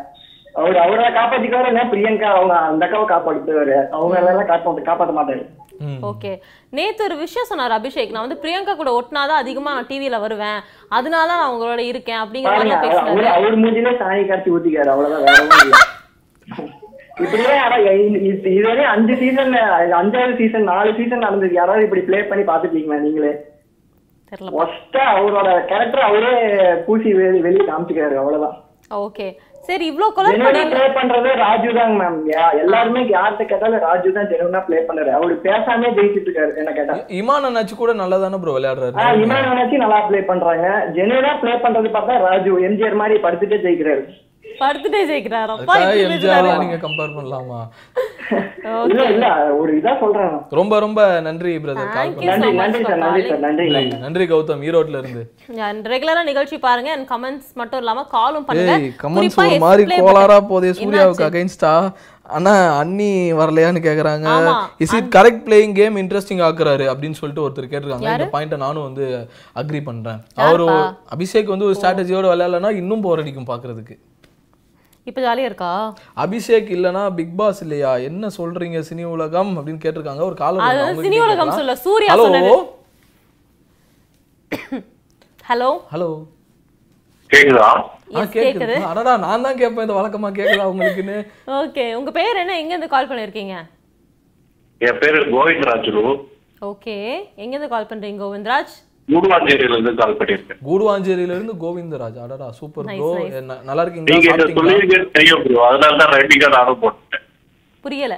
F: அவர் அவரை காப்பாத்திக்குவாரு என்ன பிரியங்கா அவங்க அந்த அக்காவை காப்பாத்துவாரு அவங்க எல்லாம் காப்பாத்த காப்பாத்த மாட்டாரு
B: ம்.
A: ஓகே நேத்து ஒரு விஷயம் சொன்னார் அபிஷேக் நான் வந்து பிரியங்கா கூட ஒட்டினாதான் அதிகமா நான் டிவில வருவேன் அதனால நான் உங்களோட இருக்கேன் அப்படிங்கிற
F: பாருங்க,
A: மாதிரிலாம்
F: அவ- அவரு
A: பேசினாரு
F: அவர் மூஞ்சிலே சாணி கரைச்சி ஊத்திக்காரு அவ்வளவுதான் வேற ஒண்ணும் இல்ல. இப்படியே ஆனா இ- இ- இதுவரை அஞ்சு சீசன் அஞ்சாவது சீசன் நாலு சீசன் நடந்தது யாராவது இப்படி ப்ளே பண்ணி பாத்துட்டீங்களா நீங்களே
A: தெரியல
F: ஒஸ்டா அவரோட கேரக்டர் அவரே பூசி வெளி- வெளியே காமிச்சுக்காரு அவ்வளவுதான்
A: ஓகே சரி இவ்ளோ கொலர்
F: ஜெனுவனா
A: பண்ணி
F: ப்ளே பண்றது ராஜு தாங்க மேம் எல்லாருமே யார்கிட்ட கேட்டாலும் ராஜு தான் ஜெனுவனா ப்ளே பண்றாரு அவரு பேசாமே ஜெயிச்சிட்டு இருக்காரு என்ன கேட்டா
B: இமான் அண்ணாச்சி கூட நல்லா தானே ப்ரோ விளையாடுறாரு
F: ஆஹ் இமான் நினைச்சு நல்லா ப்ளே பண்றாங்க ஜெனுவனா ப்ளே பண்றது பார்த்தா ராஜு எம்ஜிஆர் மாதிரி படுத்துட்டே ஜெயிக்கிறாரு
A: படுத்துட்டே ஜெயிக்கிறாரு அப்பா
B: அதுக்காக
A: இப்படி
B: எம்ஜிஆர்
A: பேசுறாரு.
B: நீங்க கம்பேர் பண்ணலாமா
A: Okay.
F: இல்ல இல்ல ஒரு இதா சொல்றேன்
B: ரொம்ப ரொம்ப நன்றி பிரதர் கால்
A: Thank you.
F: நன்றி
B: பண்ண
A: so much
F: நன்றி
A: for
F: சார் நன்றி சார் நன்றி
B: நன்றி நன்றி கௌதம் ஈரோட்ல இருந்து
A: ரெகுலரா நிகழ்ச்சி பாருங்க அண்ட் கமெண்ட்ஸ் மட்டும் இல்லாம காலும் பண்ணுங்க
B: ஏய் கமெண்ட்ஸ்
A: குறிப்பா
B: ஒரு மாதிரி
A: explain
B: கோளாரா
A: பண்ணுங்க.
B: போதே சூர்யாவுக்கு
A: என்னாச்சு?
B: அகைன்ஸ்டா ஆனா அண்ணி வரலையான்னு கேக்குறாங்க
A: ஆமா,
B: is it correct playing game interesting ஆக்குறாரு அப்படின்னு சொல்லிட்டு ஒருத்தர் கேட்டிருக்காங்க இந்த பாயிண்ட நானும் வந்து அக்ரி பண்றேன் அவர் அபிஷேக் வந்து ஒரு ஸ்ட்ராட்டஜியோட விளையாடலன்னா இன்னும் போர் அடிக்கும் பாக்குறதுக்கு
A: இப்ப ஜாலியா இருக்கா
B: அபிஷேக் இல்லனா பிக் பாஸ் இல்லையா என்ன சொல்றீங்க சினி உலகம் அப்படின்னு கேட்டிருக்காங்க ஒரு
A: அது
B: காலம்
A: வந்து சினி உலகம் சொல்ல சூர்யா
B: ஹலோ
A: சொன்னது ஹலோ
B: ஹலோ
E: கேக்குதா
B: ஆ
A: எஸ்
B: கேக்குது
A: கேக்குது
B: அடடா நான் தான் கேட்பேன் இந்த வழக்கமா கேக்குதா உங்களுக்குன்னு
A: ஓகே உங்க பேர் என்ன எங்க இருந்து கால் பண்ணிருக்கீங்க
G: என் பேரு கோவிந்த் ராஜுலு
A: ஓகே எங்க இருந்து கால் பண்றீங்க கோவிந்தராஜ்
G: மூடுவாஞ்சேரியில இருந்து கால் பண்ணிருக்கேன்
B: கூடுவாஞ்சேரியில இருந்து கோவிந்தராஜ் அடடா சூப்பர்
A: Nice,
B: ப்ரோ
A: nice.
B: நல்லா இருக்கீங்களா
G: நீங்க இதை
B: சாப்பிட்டீங்களா?
G: சொல்லியிருக்கேன்னு தெரியும் ப்ரோ அதனால தான் ரைட்டிங்கா நானும் போட்டேன்
A: புரியல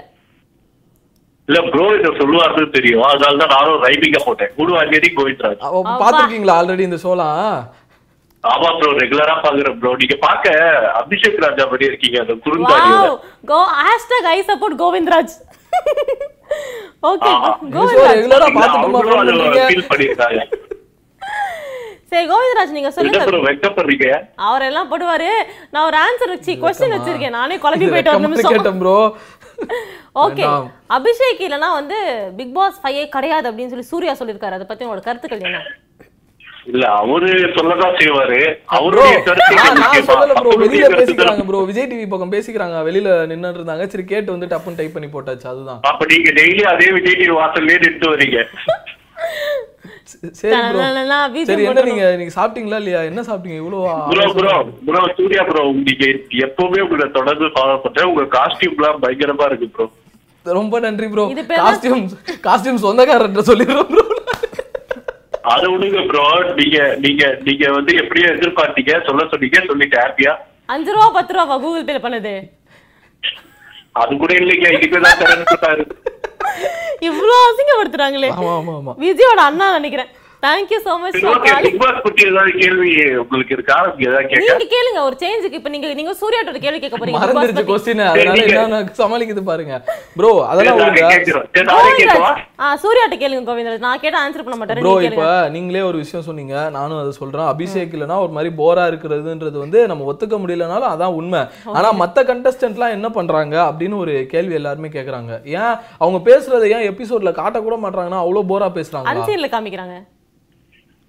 G: இல்ல ப்ரோ இத சொல்லுவாருன்னு தெரியும் அதனால தான் நானும் ரைமிங்க போட்டேன் குடுவாஞ்சேரி கோவிந்தராஜ்
B: அவ
A: அப்பா.
B: பாத்திருக்கீங்களா ஆல்ரெடி இந்த ஷோலாம்
G: ஆமா ப்ரோ ரெகுலரா பாக்குற ப்ரோ நீங்க பாக்க அபிஷேக் ராஜா மாதிரி இருக்கீங்க அந்த குறுந்தாடியோட
A: wow go hashtag I support Govindaraj okay
G: ஆஹா.
A: கோவிந்தராஜ்
B: ரெகுலரா
G: இல்ல, அவங்களும் அதை
B: பாத்துட்டு
G: ஃபீல் பண்ணிருக்காங்க
A: சரி கோவிந்தராஜ் நீங்க
G: என்ன
A: சொல்லுங்க
G: ப்ரோ வெக்கப்படுறீங்க
A: அவர் எல்லாம் போடுவாரு நான் ஒரு ஆன்சர் வச்சு கொஸ்டின் வச்சிருக்கேன் நானே குழம்பி போயிட்டு ஒரு நிமிஷம்
B: கேட்டேன் ப்ரோ
A: ஓகே
B: வேண்டாம்.
A: அபிஷேக் இல்லனா வந்து பிக் பாஸ் ஃபையே கிடையாது அப்படின்னு சொல்லி சூர்யா சொல்லியிருக்காரு அதை பத்தி உங்களோட கருத்துக்கள் என்ன
G: இல்ல அவரு சொல்லதான் செய்வாரு அவருடைய கருத்து இங்க
B: நான்
G: முக்கியமா.
B: சொல்லல ப்ரோ
G: மக்களுடைய
B: வெளியில
G: கருத்து தான்.
B: பேசிக்கிறாங்க ப்ரோ விஜய் டிவி பக்கம் பேசிக்கிறாங்க வெளியில நின்னுட்டு இருந்தாங்க சரி கேட்டு வந்து டப்புன்னு டைப் பண்ணி போட்டாச்சு அதுதான்
G: அப்ப நீங்க டெய்லி அதே விஜய் டிவி வாசல்லே நின்று வரீங்க
B: ச- சரி ப்ரோ
A: தனனனா, BGM
B: சரி என்ன
A: போட்டணும்.
B: நீங்க நீங்க சாப்பிட்டீங்களா இல்லையா என்ன சாப்பிட்டீங்க
G: ப்ரோ ப்ரோ
B: இவ்வளவு
G: ப்ரோ சூர்யா ப்ரோ நீங்க எப்பவுமே உங்களை தொடர்ந்து ஃபாலோ பண்றேன் உங்க காஸ்டியூம் எல்லாம் பயங்கரமா இருக்கு ப்ரோ
B: ரொம்ப நன்றி ப்ரோ
A: இது பேர்
B: காஸ்டியூம் காஸ்டியூம் சொந்தக்காரர்கிட்ட சொல்லிடுறோம் ப்ரோ
G: அதை விடுங்க ப்ரோ நீங்க நீங்க நீங்க வந்து எப்படியோ எதிர்பார்த்தீங்க சொல்ல சொன்னீங்க சொல்லிட்டு ஹாப்பியா
A: அஞ்சு ரூபா பத்து ரூபா கூகுள் பேல பண்ணது
G: அது கூட இல்லைங்க இனிமேதான் திறந்து கொடுத்தாரு
A: இவ்ளோ அசிங்கப்படுத்துறாங்களே
B: ஆமா ஆமா ஆமா
A: விஜயோட அண்ணா நினைக்கிறேன் தேங்க்யூ சோ மச்
G: சரி ஓகே பிக் பாஸ் பத்தி ஏதாவது கேள்வி உங்களுக்கு இருக்கா நீங்க ஏதாவது கேட்க
A: நீங்க கேளுங்க ஒரு சேஞ்சுக்கு இப்ப நீங்க நீங்க சூர்யாட்ட ஒரு கேள்வி கேட்க போறீங்க Big Boss
B: மறந்துருச்சு
A: பத்தி.
B: கொஸ்டின்
G: சரி,
B: அதனால
G: நீங்க-
B: என்னன்னா சமாளிக்குது பாருங்க ப்ரோ அதெல்லாம்
G: நானே
B: ஒரு
G: கேட்கிறோம். சரி, நானே கேட்கவா
A: கோவிந்தராஜ் ஆ சூர்யாட்ட கேளுங்க கோவிந்தராஜ் நான் கேட்ட ஆன்சர் பண்ண மாட்டேன்
B: ப்ரோ
A: நீங்க
B: இப்ப
A: கேளுங்க
B: நீங்களே ஒரு விஷயம் சொன்னீங்க நானும் அதை சொல்றேன் அபிஷேக் இல்லைன்னா ஒரு மாதிரி போரா இருக்கிறதுன்றது வந்து நம்ம ஒத்துக்க முடியலனாலும் அதான் உண்மை ஆனா மத்த கண்டஸ்டன்ட்லாம் என்ன பண்றாங்க அப்படின்னு ஒரு கேள்வி எல்லாருமே கேக்குறாங்க ஏன் அவங்க பேசுறதை ஏன் எபிசோட்ல காட்ட கூட மாட்டாங்கன்னா அவ்வளவு போரா பேசுறாங்க
A: அன்சீன்ல காமிக்கிறாங்க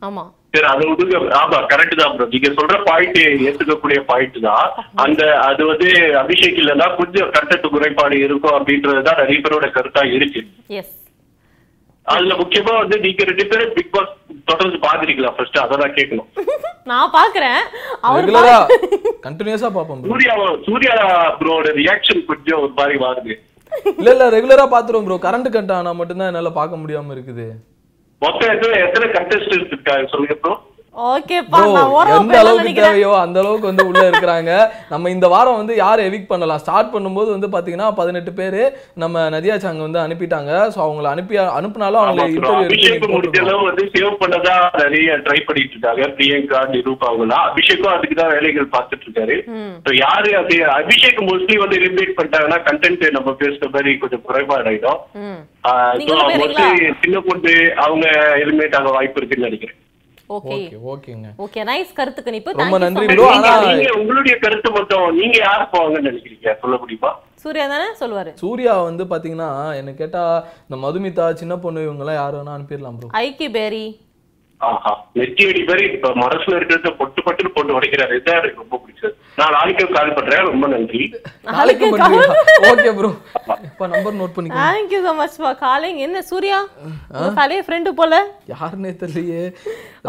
A: ஆமா
G: சரி அதை விடுங்க ஆமா கரெக்ட் தான் ப்ரோ நீங்க சொல்ற பாயிண்ட் ஏத்துக்கக்கூடிய பாயிண்ட் தான் அந்த அது வந்து அபிஷேக் இல்லைன்னா கொஞ்சம் கண்டத்து குறைபாடு இருக்கும் அப்படின்றதுதான் நிறைய பேரோட கருத்தா இருக்கு
A: எஸ்
G: அதுல முக்கியமா வந்து நீங்க ரெண்டு பேரும் பிக் பாஸ் தொடர்ந்து பாக்குறீங்களா ஃபர்ஸ்ட் அதை நான் கேட்கணும்
A: நான் பாக்குறேன் அவர்
B: ரெகுலரா கண்டினியூஸா பாப்போம் bro.
G: சூர்யா சூர்யா ப்ரோட ரியாக்ஷன் கொஞ்சம் ஒரு மாதிரி மாறுது
B: இல்ல இல்ல ரெகுலரா பாத்துருவோம் ப்ரோ கரண்ட் கட் ஆனா மட்டும்தான் என்னால பார்க்க முடியாம இருக்குது
G: மொத்தம் எத்தனை எத்தனை கண்டஸ்டன்ஸ் இருக்காங்க சொல்லுங்க ப்ரோ
A: ஓகேப்பா
B: Bro,
A: நான் ஓரமா
B: எந்த
A: போயிடலாம்னு
B: அளவுக்கு
A: நினைக்கிறேன்
B: தேவையோ அந்த அளவுக்கு வந்து உள்ள இருக்கிறாங்க நம்ம இந்த வாரம் வந்து யார் எவிக் பண்ணலாம் ஸ்டார்ட் பண்ணும்போது வந்து பாத்தீங்கன்னா பதினெட்டு பேரு நம்ம நதியா சாங்க வந்து அனுப்பிட்டாங்க சோ அவங்கள அனுப்பி அனுப்புனாலும்
G: ஆமா
B: அவங்களை
G: bro. அபிஷேக் முடிஞ்ச
B: இன்டர்வியூ
G: அளவு வந்து சேவ் பண்ணதா நிறைய ட்ரை பண்ணிட்டு இருக்காங்க பிரியங்கா நிரூபா அவங்களாம் அபிஷேக்கும் அதுக்கு தான் வேலைகள் பார்த்துட்டு இருக்காரு So யாரு அது அபிஷேக் மோஸ்ட்லி வந்து எலிமினேட் பண்ணிட்டாங்கன்னா கண்டென்ட் நம்ம பேசுற மாதிரி கொஞ்சம் குறைபாடாயிடும்
A: ம் நீங்களும்
G: மோஸ்ட்லி
A: போயிருக்கீங்களா?
G: சின்ன பொண்ணு அவங்க எலிமினேட் ஆக வாய்ப்பு இருக்குன்னு நினைக்கிறேன்
A: ஓகே
B: ஓகே ஓகேங்க
A: ஓகே நைஸ் கருத்து கணிப்பு
B: ரொம்ப
A: Thank
B: நன்றி
A: you so much.
B: bro.
G: நீங்க-
B: ஆனா-
G: நீங்க உங்களுடைய கருத்து மட்டும் நீங்க யார் போவாங்கன்னு நினைக்கிறீங்க சொல்ல முடியுமா
A: சூர்யா தானே சொல்லுவாரு
B: சூர்யா வந்து பாத்தீங்கன்னா என்ன கேட்டா இந்த மதுமிதா சின்ன பொண்ணு இவங்க எல்லாம் யார் வேணா அனுப்பிடலாம் ப்ரோ
A: ஐக்கி பேரி
G: ஆஹா நெத்தி அடி மாதிரி இப்ப மனசுல இருக்கிறத பொட்டு பட்டுன்னு போட்டு உடைக்கிறாரு இதான் எனக்கு ரொம்ப பிடிச்சது நான் நாளைக்கு கால் பண்றேன் ரொம்ப நன்றி
B: நாளைக்கு
A: நாளைக்கு
B: ஓகே ப்ரோ இப்ப நம்பர் நோட் பண்ணிக்கோங்க
A: தேங்க் யூ so much பா காலிங் என்ன சூர்யா உங்க பழைய ஃப்ரெண்டு போல
B: யாருன்னே தெரியலையே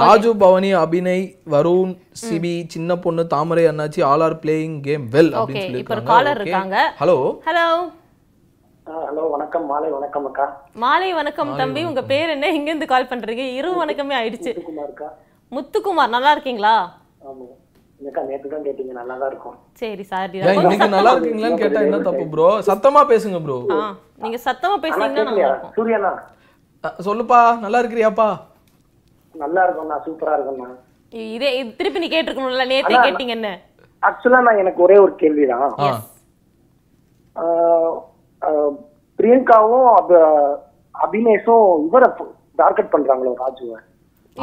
B: ராஜு பவனி அபிநய் வருண் சிபி சின்ன பொண்ணு Thamarai Annachi all are playing game well
A: okay
B: அப்படின்னு
A: இப்ப ஒரு
B: சொல்லியிருக்காங்க
A: காலர்
B: Okay.
A: இருக்காங்க
B: ஹலோ
A: ஹலோ
C: ஹலோ வணக்கம் மாலை வணக்கம் அக்கா
A: மாலை வணக்கம் தம்பி உங்க பேர் என்ன எங்க இருந்து கால் பண்றீங்க இரவு வணக்கமே ஆயிடுச்சு
C: குமார்க்கா
A: முத்துக்குமார் நல்லா இருக்கீங்களா
C: ஆமா எனக்கா நேற்று தான் கேட்டீங்க நல்லா தான் இருக்கும்
A: சரி சாரி
B: ஏன் இன்னைக்கு நல்லா இருக்கீங்களான்னு கேட்டா என்ன தப்பு ப்ரோ சத்தமா பேசுங்க ப்ரோ
A: ஆ நீங்க சத்தமா
C: ஆனா
A: பேசுனீங்கன்னா நல்லா
C: கேட்கலையா
A: இருக்கும்
C: சூர்யாண்ணா
B: சொல்லுப்பா நல்லா இருக்கிறியாப்பா
C: நல்லா இருக்கும்ண்ணா சூப்பரா இருக்கும்ண்ணா
A: இதே இது திருப்பி நீ கேட்டிருக்கணும்ல நேத்தே கேட்டீங்கன்னு
C: ஆக்சுவலா நான் எனக்கு ஒரே ஒரு கேள்விதான்
B: ஆ
C: ஆஹ் ஆஹ் பிரியங்காவும் அப- அபினேஷும் இவரை டார்கெட் பண்றாங்களோ ராஜுவை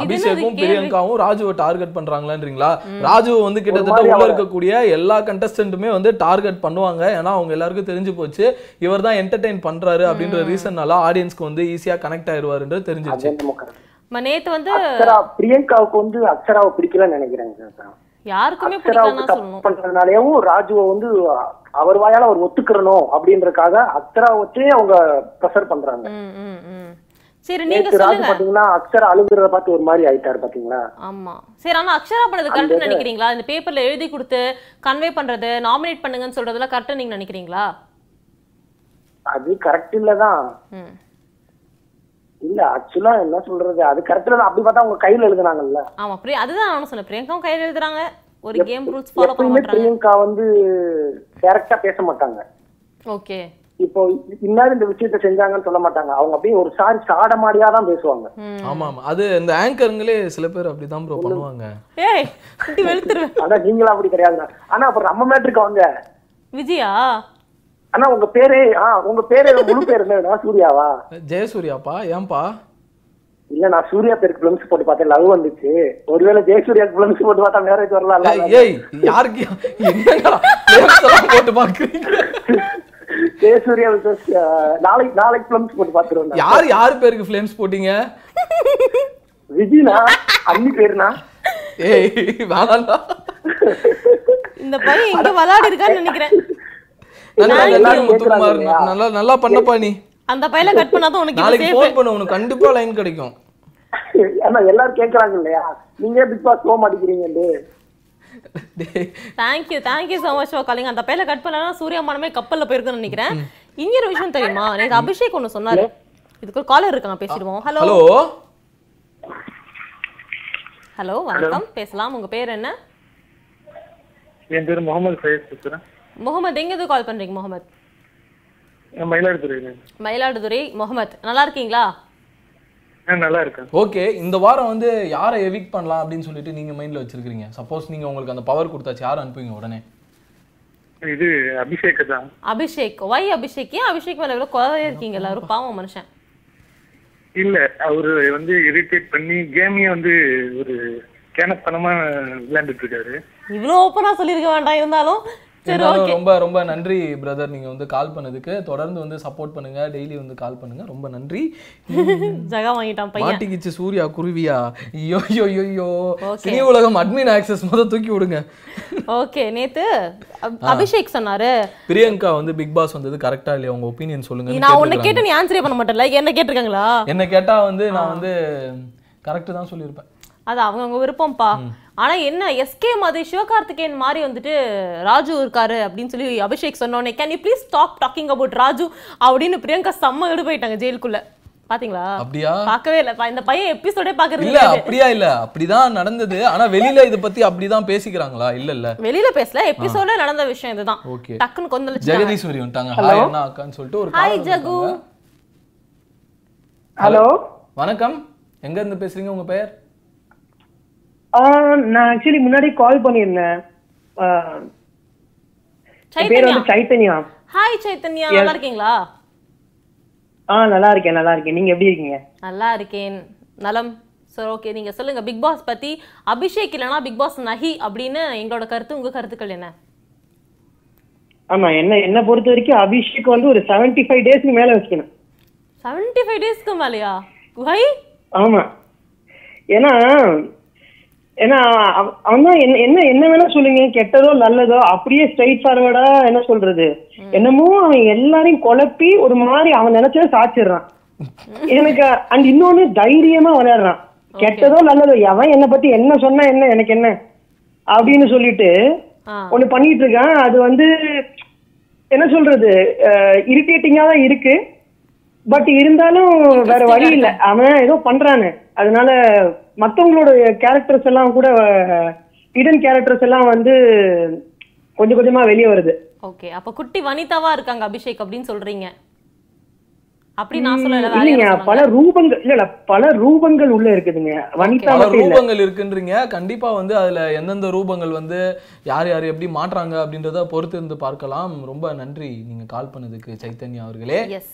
B: அபிஷேக்கும் பிரியங்காவும் ராஜுவை டார்கெட் பண்றாங்களான்றீங்களா ராஜு வந்து
C: ஒரு
B: கிட்டத்தட்ட
C: மாதிரி
B: உள்ள
C: அவரை-
B: இருக்கக்கூடிய எல்லா கண்டஸ்டன்ட்டுமே வந்து டார்கெட் பண்ணுவாங்க ஏன்னா அவங்க எல்லாருக்கும் தெரிஞ்சு போச்சு இவர் தான் என்டர்டைன் பண்றாரு அப்படின்ற ரீசன்னால ஆடியன்ஸ்க்கு வந்து ஈஸியா கனெக்ட் ஆயிடுவாருன்றது தெரிஞ்சிருச்சு
C: அது என்னமோ correct.
A: ம, நேத்து வந்து
C: அக்ஷரா பிரியங்காவுக்கு வந்து அக்ஷராவை பிடிக்கலன்னு நினைக்கிறேங்க அக்கா.
A: யாருக்குமே
C: அக்ஷராவுக்கு
A: பிடிக்கலன்னு
C: தப்பு
A: சொல்லணும்
C: பண்றதுனாலயும் ராஜுவை வந்து அவர் வாயால அவர் ஒத்துக்கிறணும் அப்படின்றதுக்காக அக்ஷரா வச்சே அவங்க ப்ரெஷர் பண்றாங்க
A: ம், ம், ம். சரி நீங்க
C: நேத்து ராஜு
A: சொல்லுங்க
C: பாத்தீங்கன்னா அக்ஷரா அழுகுறத பார்த்து ஒரு மாதிரி ஆயிட்டாரு பாத்தீங்களா
A: ஆமா சரி ஆனா அக்ஷரா பண்ணது கரெக்ட் நினைக்கிறீங்களா இந்த பேப்பர்ல எழுதி கொடுத்து கன்வே பண்றது நாமினேட் பண்ணுங்கன்னு சொல்றதுல கரெக்ட் நீங்க நினைக்கிறீங்களா
C: அது கரெக்ட் இல்லதான்
A: ம்.
C: இல்ல ஆக்சுவலா என்ன சொல்றது அது கரெக்ட் இல்ல அப்படி பார்த்தா அவங்க கையில எழுதுனாங்கல்ல
A: ஆமா பிரியா அதுதான் நானும் சொன்னேன் பிரியங்காவும் கையில எழுதுறாங்க ஒரு கேம் ரூல்ஸ் ஃபாலோ பண்ண
C: எப்பயுமே
A: மாட்டாங்க
C: பிரியங்கா வந்து டைரக்டா பேச மாட்டாங்க
A: ஓகே
C: இப்போ இன்னாரும் இந்த விஷயத்த செஞ்சாங்கன்னு சொல்ல மாட்டாங்க அவங்க அப்படியே ஒரு சாரி சாடமாடியா தான் பேசுவாங்க
A: ம்.
B: ஆமா ஆமா அது இந்த ஆங்கருங்களே சில பேர் அப்படிதான் ப்ரோ பண்ணுவாங்க
A: ஏய் இப்படி வெளுத்துருவேன்
C: ஆனா நீங்களா அப்படி கிடையாதுண்ணா ஆனா அப்புறம் நம்ம மேட்ருக்கு வாங்க
A: விஜயா
C: ஆனா உங்க பேரே ஆ உங்க பேரே முழு பேர் என்னன்னா சூர்யாவா
B: ஜெயசூர்யாப்பா ஏன்பா
C: இல்ல நான் சூர்யா பேருக்கு பிளம்ஸ் போட்டு பார்த்தேன் லவ் வந்துச்சு ஒருவேளை ஜெயசூர்யாக்கு பிளம்ஸ் போட்டு பார்த்தா மேரேஜ் வரலாம்
B: ஏய், ஏய் யாருக்கு என்னங்களா names எல்லாம் போட்டு பாக்குறீங்க
C: ஜெயசூர்யா versus, அஹ், நாளைக்கு நாளைக்கு பிளம்ஸ் போட்டு பாத்துருவேன்
B: யார் யார் பேருக்கு ஃபிளேம்ஸ் போட்டீங்க
C: விஜினா அண்ணி பேருனா
B: ஏய் வேணாம்டா
A: இந்த பையன் எங்க விளையாடி இருக்கான்னு நினைக்கிறேன்
B: நல்லா
A: நாளைக்கு
B: நல்லா
C: எல்லாரும்
B: முத்துக்குமார்
C: கேக்குறாங்க இல்லையா?
B: நல்லா நல்லா பண்ணப்பா நீ
A: அந்த பையில கட் பண்ணாதான் உனக்கு இது
B: நாளைக்கு
A: safe.
B: ஃபோன் பண்ணு உனக்கு கண்டிப்பா லைன் கிடைக்கும்
C: ஆனா எல்லாரும் கேக்குறாங்க இல்லையா நீங்க ஏன் பிக் பாஸ் போக மாட்டேங்கிறீங்கன்னு
B: டேய்,
A: thank you thank you so much for calling அந்த பையில கட் பண்ணலன்னா சூர்யா மனமே கப்பல்ல போயிருக்குன்னு நினைக்கிறேன் இன்னொரு விஷயம் தெரியுமா எனக்கு அபிஷேக் ஒண்ணு சொன்னாரு இதுக்கு ஒரு காலர் இருக்காங்க பேசிடுவோம் ஹலோ
B: ஹலோ
A: ஹலோ வணக்கம் பேசலாம் உங்க பேர் என்ன
F: என் பேர் முகமது சையத் பேசுறேன்
A: முகமது எங்க இருந்து கால் பண்றீங்க முகமது
F: நான் மயிலாடுதுறை
A: மயிலாடுதுறை முகமது நல்லா இருக்கீங்களா
F: நான் நல்லா இருக்கேன்
B: ஓகே இந்த வாரம் வந்து யாரை எவிக் பண்ணலாம் அப்படின்னு சொல்லிட்டு நீங்க மைண்ட்ல வச்சிருக்கீங்க சப்போஸ் நீங்க உங்களுக்கு அந்த பவர் கொடுத்தாச்சு யாரை அனுப்புவீங்க உடனே
F: இது அபிஷேக் தான்
A: அபிஷேக் ஒய் அபிஷேக் ஏன் அபிஷேக் மேல இவ்வளவு குறையா இருக்கீங்க எல்லாரும் பாவம் மனுஷன்
F: இல்ல அவரு வந்து இரிட்டேட் பண்ணி கேமையே வந்து ஒரு கேனத்தனமா விளையாண்டுட்டு இருக்காரு
A: இவ்வளவு ஓப்பனா சொல்லிருக்க வேண்டாம் இருந்தாலும் சரி
B: இருந்தாலும்
A: ஓகே
B: ரொம்ப ரொம்ப நன்றி பிரதர் நீங்க வந்து கால் பண்ணதுக்கு தொடர்ந்து வந்து சப்போர்ட் பண்ணுங்க டெய்லி வந்து கால் பண்ணுங்க ரொம்ப நன்றி
A: ஜகா வாங்கிட்டான் பையன்
B: மாட்டிக்கிச்சு சூர்யா குருவியா ஐயோ ஐயோ ஐயோ
A: Okay.
B: சினி உலகம் அட்மின் ஆக்சஸ் முத தூக்கி விடுங்க
A: ஓகே நேத்து அப்- அபிஷேக் சொன்னாரு
B: பிரியங்கா வந்து பிக் பாஸ் வந்தது கரெக்டா இல்லையா உங்க ஒப்பீனியன் சொல்லுங்க
A: நான் உன்னை கேட்டு நீ ஆன்சரே பண்ண மாட்டல என்ன கேட்டிருக்காங்களா
B: என்ன கேட்டா வந்து நான் வந்து கரெக்ட் தான் சொல்லியிருப்பேன்
A: அது அவங்கவங்க விருப்பம்ப்பா ஆனா என்ன எஸ்கே மாதிரி சிவகார்த்திகேயன் மாதிரி வந்துட்டு ராஜு இருக்காரு அப்படின்னு சொல்லி அபிஷேக் சொன்னோடனே can you please stop talking about Raju அப்படின்னு பிரியங்கா செம்ம எடுபோயிட்டாங்க போயிட்டாங்க ஜெயிலுக்குள்ள பாத்தீங்களா
B: அப்படியா
A: பார்க்கவே இல்லப்பா இந்த பையன் எபிசோடே பாக்குறது
B: இல்ல
A: கிடையாது.
B: அப்படியா இல்ல அப்படிதான் நடந்தது ஆனா வெளியில இத பத்தி அப்படிதான் பேசிக்கிறாங்களா இல்ல இல்ல
A: வெளியில பேசல எபிசோட நடந்த விஷயம் இதுதான்
B: Okay.
A: டக்குன்னு கொந்தளிச்சு
B: ஜெகதீஸ்வரி வந்துட்டாங்க ஹாய் என்ன அக்கான்னு சொல்லிட்டு ஒரு
A: Hi,
B: கால்
A: ஜகு.
B: வந்திருக்காங்க.
H: ஹலோ
B: வணக்கம் எங்க இருந்து பேசுறீங்க உங்க பெயர்
H: நான் ஆக்சுவலி முன்னாடி கால் பண்ணியிருந்தேன் ஆஹ், என் பேர்
A: சைத்தன்யா
H: வந்து சைத்தன்யா
A: ஹாய் சைத்தன்யா நல்லா இருக்கீங்களா
H: ஆ நல்லா இருக்கேன் நல்லா இருக்கேன் நீங்க எப்படி இருக்கீங்க
A: நல்லா இருக்கேன் நலம் சரி ஓகே நீங்க சொல்லுங்க பிக் பாஸ் பத்தி அபிஷேக் இல்லனா பிக் பாஸ் நஹி அப்படின்னு எங்களோட கருத்து உங்க கருத்துக்கள் என்ன
H: ஆமா என்ன என்ன பொறுத்த வரைக்கும் அபிஷேக் வந்து ஒரு 75 ஃபைவ் டேஸ்க்கு மேல வச்சுக்கணும்
A: செவன்டி ஃபைவ் டேஸ்க்கு மேலயா குஹை
H: ஆமா ஏன்னா ஏன்னா அவ- அவன் தான் என்ன என்ன என்ன வேணா சொல்லுங்க கெட்டதோ நல்லதோ அப்படியே ஸ்ட்ரைட் ஃபார்வர்டா என்ன சொல்றது என்னமோ அவன் எல்லாரையும் குழப்பி ஒரு மாதிரி அவன் நினைச்சத சாச்சிடுறான் எனக்கு அண்ட் இன்னொன்னு தைரியமா விளையாடுறான் கெட்டதோ நல்லதோ எவன் என்ன பத்தி என்ன சொன்னா என்ன எனக்கு என்ன அப்படின்னு சொல்லிட்டு
A: ஆ.
H: ஒண்ணு பண்ணிட்டு இருக்கான் அது வந்து என்ன சொல்றது இரிட்டேட்டிங்கா தான் இருக்கு பட் இருந்தாலும் வேற வழி இல்ல அவன் ஏதோ பண்றானு அதனால மத்தவங்களோட கேரக்டர்ஸ் எல்லாம் கூட இடன் கேரக்டர்ஸ் எல்லாம் வந்து கொஞ்சம் கொஞ்சமா வெளியே வருது
A: ஓகே அப்ப குட்டி வனிதாவா இருக்காங்க அபிஷேக் அப்படின்னு சொல்றீங்க அப்படி நான் சொல்லல வேற
H: இல்லைங்க
A: யாரும்
H: பல
A: சொன்னாங்க.
H: ரூபங்கள் இல்ல இல்ல பல ரூபங்கள் உள்ள இருக்குதுங்க வனிதா
B: பல
H: மட்டும் இல்ல
B: ரூபங்கள் இருக்குன்றீங்க கண்டிப்பா வந்து அதுல எந்தெந்த ரூபங்கள் வந்து யார் யார் எப்படி மாற்றாங்க அப்படின்றத பொறுத்து இருந்து பார்க்கலாம் ரொம்ப நன்றி நீங்க கால் பண்ணதுக்கு சைத்தன்யா அவர்களே
A: எஸ்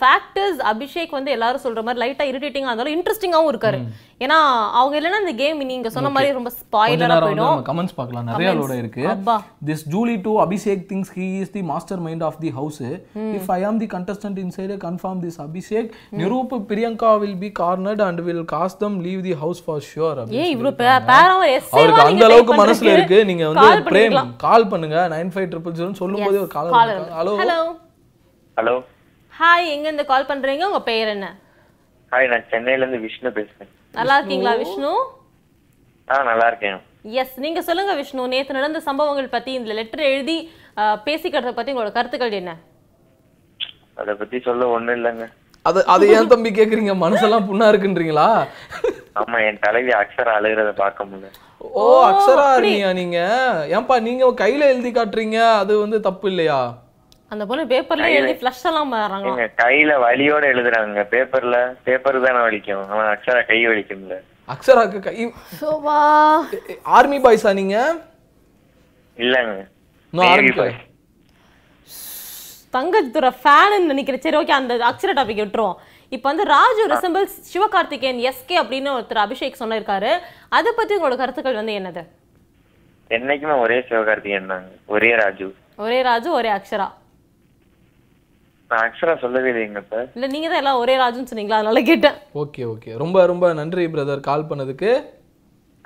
A: ஃபேக்டர்ஸ் அபிஷேக் வந்து எல்லாரும் சொல்ற மாதிரி லைட்டா இரிட்டேட்டிங்கா இருந்தாலும் இன்ட்ரெஸ்டிங்காவும் இருக்காரு ஏன்னா அவங்க இல்லைன்னா இந்த கேம் நீங்க சொன்ன மாதிரி ரொம்ப
B: கொஞ்ச
A: ஸ்பாயிலரா
B: நேரம் வந்து
A: போயிடும்
B: நம்ம கமெண்ட்ஸ் பார்க்கலாம் நிறைய
A: Comments.
B: லோட இருக்கு
A: அப்பா.
B: This Julie to Abhishek things he is the master mind of the house
A: Hmm.
B: If I am the contestant inside confirm this Abhishek Niroop Priyanka will be cornered and will cast them leave the house for sure
A: ஏய் இவ்ளோ பேராவ S
B: அவருக்கு அந்த அளவுக்கு மனசுல இருக்கு நீங்க வந்து Prem call பண்ணுங்க நைன் ஃபைவ் ட்ரிபிள் ஜீரோ சொல்லும் போதே ஒரு call hello
A: hello
I: hello
A: hi எங்க இருந்து கால் பண்றீங்க உங்க பெயர் என்ன
I: ஹாய் நான் சென்னையில இருந்து விஷ்ணு பேசுறேன்
A: நல்லா இருக்கீங்களா விஷ்ணு
I: ஆ நல்லா இருக்கேன்
A: எஸ் நீங்க சொல்லுங்க விஷ்ணு நேத்து நடந்த சம்பவங்கள் பத்தி இந்த லெட்டர் எழுதி அஹ், பேசிக்கிறத பத்தி உங்களோட கருத்துக்கள் என்ன
I: அத பத்தி சொல்ல ஒண்ணும் இல்லைங்க
B: அது அது ஏன் தம்பி கேக்குறீங்க மனசெல்லாம் புண்ணா இருக்குன்றீங்களா
I: ஆமா என் தலைவி அக்ஷரா அழுகிறத பார்க்க முடியல
B: ஓ அக்ஷரா இருந்தியா நீங்க ஏன்பா நீங்க கையில எழுதி காட்டுறீங்க அது வந்து தப்பு இல்லையா
A: அந்த பொண்ணு பேப்பர்ல எழுதி ஃப்ளஷ் எல்லாம் வராங்களாம்
I: எங்க கையில வலியோட எழுதுறாங்க பேப்பர்ல பேப்பர் தானே வலிக்கும் ஆனா அக்ஷரா கை வலிக்கும்ல
B: அக்ஷராக்கு கை
A: சோபா
B: ஆர்மி பாய்ஸா நீங்க
I: இல்லங்க
B: இன்னும்
I: Navy
B: ஆரம்பிக்கல
I: boys.
A: தங்கத்துற ஃபேன் நினைக்கிறேன் சரி ஓகே அந்த அக்ஷர டாபிக் விட்டுருவோம் இப்போ வந்து ராஜு ரிசம்பிள்ஸ் சிவகார்த்திகேயன் எஸ்கே அப்படின்னு ஒருத்தர் அபிஷேக் சொல்லியிருக்காரு அதை பத்தி உங்களோட கருத்துக்கள் வந்து என்னது
I: என்னைக்குமே ஒரே சிவகார்த்திகேயன் தாங்க ஒரே ராஜு
A: ஒரே ராஜு ஒரே அக்ஷரா
I: நான் அக்ஷரா சொல்லவே இல்லைங்க இப்ப
A: இல்ல நீங்க தான் எல்லாம் ஒரே ராஜுன்னு சொன்னீங்களா அதனால கேட்டேன்
B: ஓகே ஓகே ரொம்ப ரொம்ப நன்றி பிரதர் கால் பண்ணதுக்கு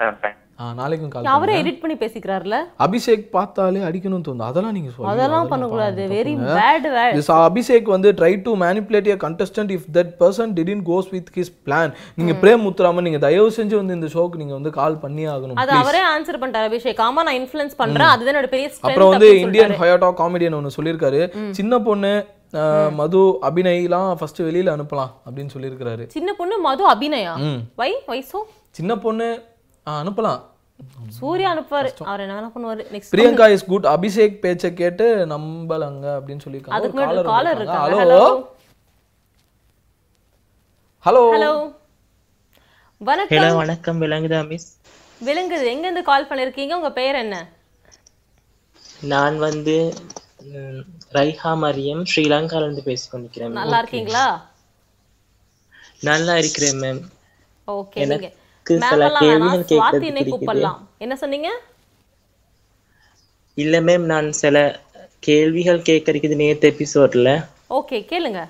I: ஆ, thank-
B: ஆ, நாளைக்கும் கால்
A: அவரே எடிட் பண்ணி பேசிக்கிறாருல
B: அபிஷேக் பார்த்தாலே அடிக்கணும்னு தோணும் அதெல்லாம் நீங்க சொல்லுங்க
A: அதெல்லாம் பண்ணக்கூடாது வெரி
B: தப்புங்க.
A: பேட் வேட்
B: This அபிஷேக் வந்து try to manipulate a contestant if that person didn't goes with his plan நீங்க பிரேம் முத்துராமன் நீங்க தயவு செஞ்சு வந்து இந்த ஷோக்கு நீங்க வந்து கால் பண்ணியே ஆகணும்
A: அது
B: please.
A: அவரே ஆன்சர் பண்ணிட்டாரு அபிஷேக் ஆமா நான் இன்ஃப்ளூயன்ஸ் பண்றேன் அதுதான் என்னோட பெரிய
B: அப்புறம்
A: ஸ்ட்ரென்த்
B: வந்து இந்தியன் ஹயோட்டா காமெடியன் ஒன்று சொல்லியிருக்காரு சின்ன பொண்ணு அஹ், மது அபிநய்லாம் ஃபர்ஸ்ட் வெளியில அனுப்பலாம் அப்படின்னு சொல்லியிருக்காரு
A: சின்ன பொண்ணு மது அபிநயா
B: ம்.
A: வை வை சோ
B: சின்ன பொண்ணு அஹ், அனுப்பலாம்
A: சூர்யா அனுப்புவாரு அவர் என்ன வேணா பண்ணுவாரு next
B: Priyanka is good Abhishek பேச்சை கேட்டு நம்பலங்க அப்படின்னு சொல்லியிருக்காங்க
A: அதுக்கு முன்னாடி
B: ஒரு
A: ஒரு caller
B: காலர்
A: இருக்காங்க.
B: ஹலோ ஹலோ
A: ஹலோ
J: ஹலோ
A: வணக்கம்
J: வணக்கம் விளங்குதா மிஸ்
A: விளங்குது எங்க இருந்து கால் பண்ணிருக்கீங்க உங்க பெயர் என்ன
J: நான் வந்து ம், ரைஹா மரியம் ஸ்ரீலங்கால இருந்து பேசிக்கொண்டிருக்கிறேன்
A: நல்லா இருக்கீங்களா
J: நல்லா இருக்கிறேன் மேம்
A: ஓகே நீங்க
J: எனக்கு
A: மேம்
J: சில
A: எல்லாம் வேணாம்
J: கேள்விகள் கேட்கறதுக்கு
A: சுவாத்தினை
J: இருக்குது
A: கூப்பிடலாம் என்ன சொன்னீங்க
J: இல்ல மேம் நான் சில கேள்விகள் கேட்கறதுக்கு நேற்று எபிசோட்ல
A: ஓகே கேளுங்க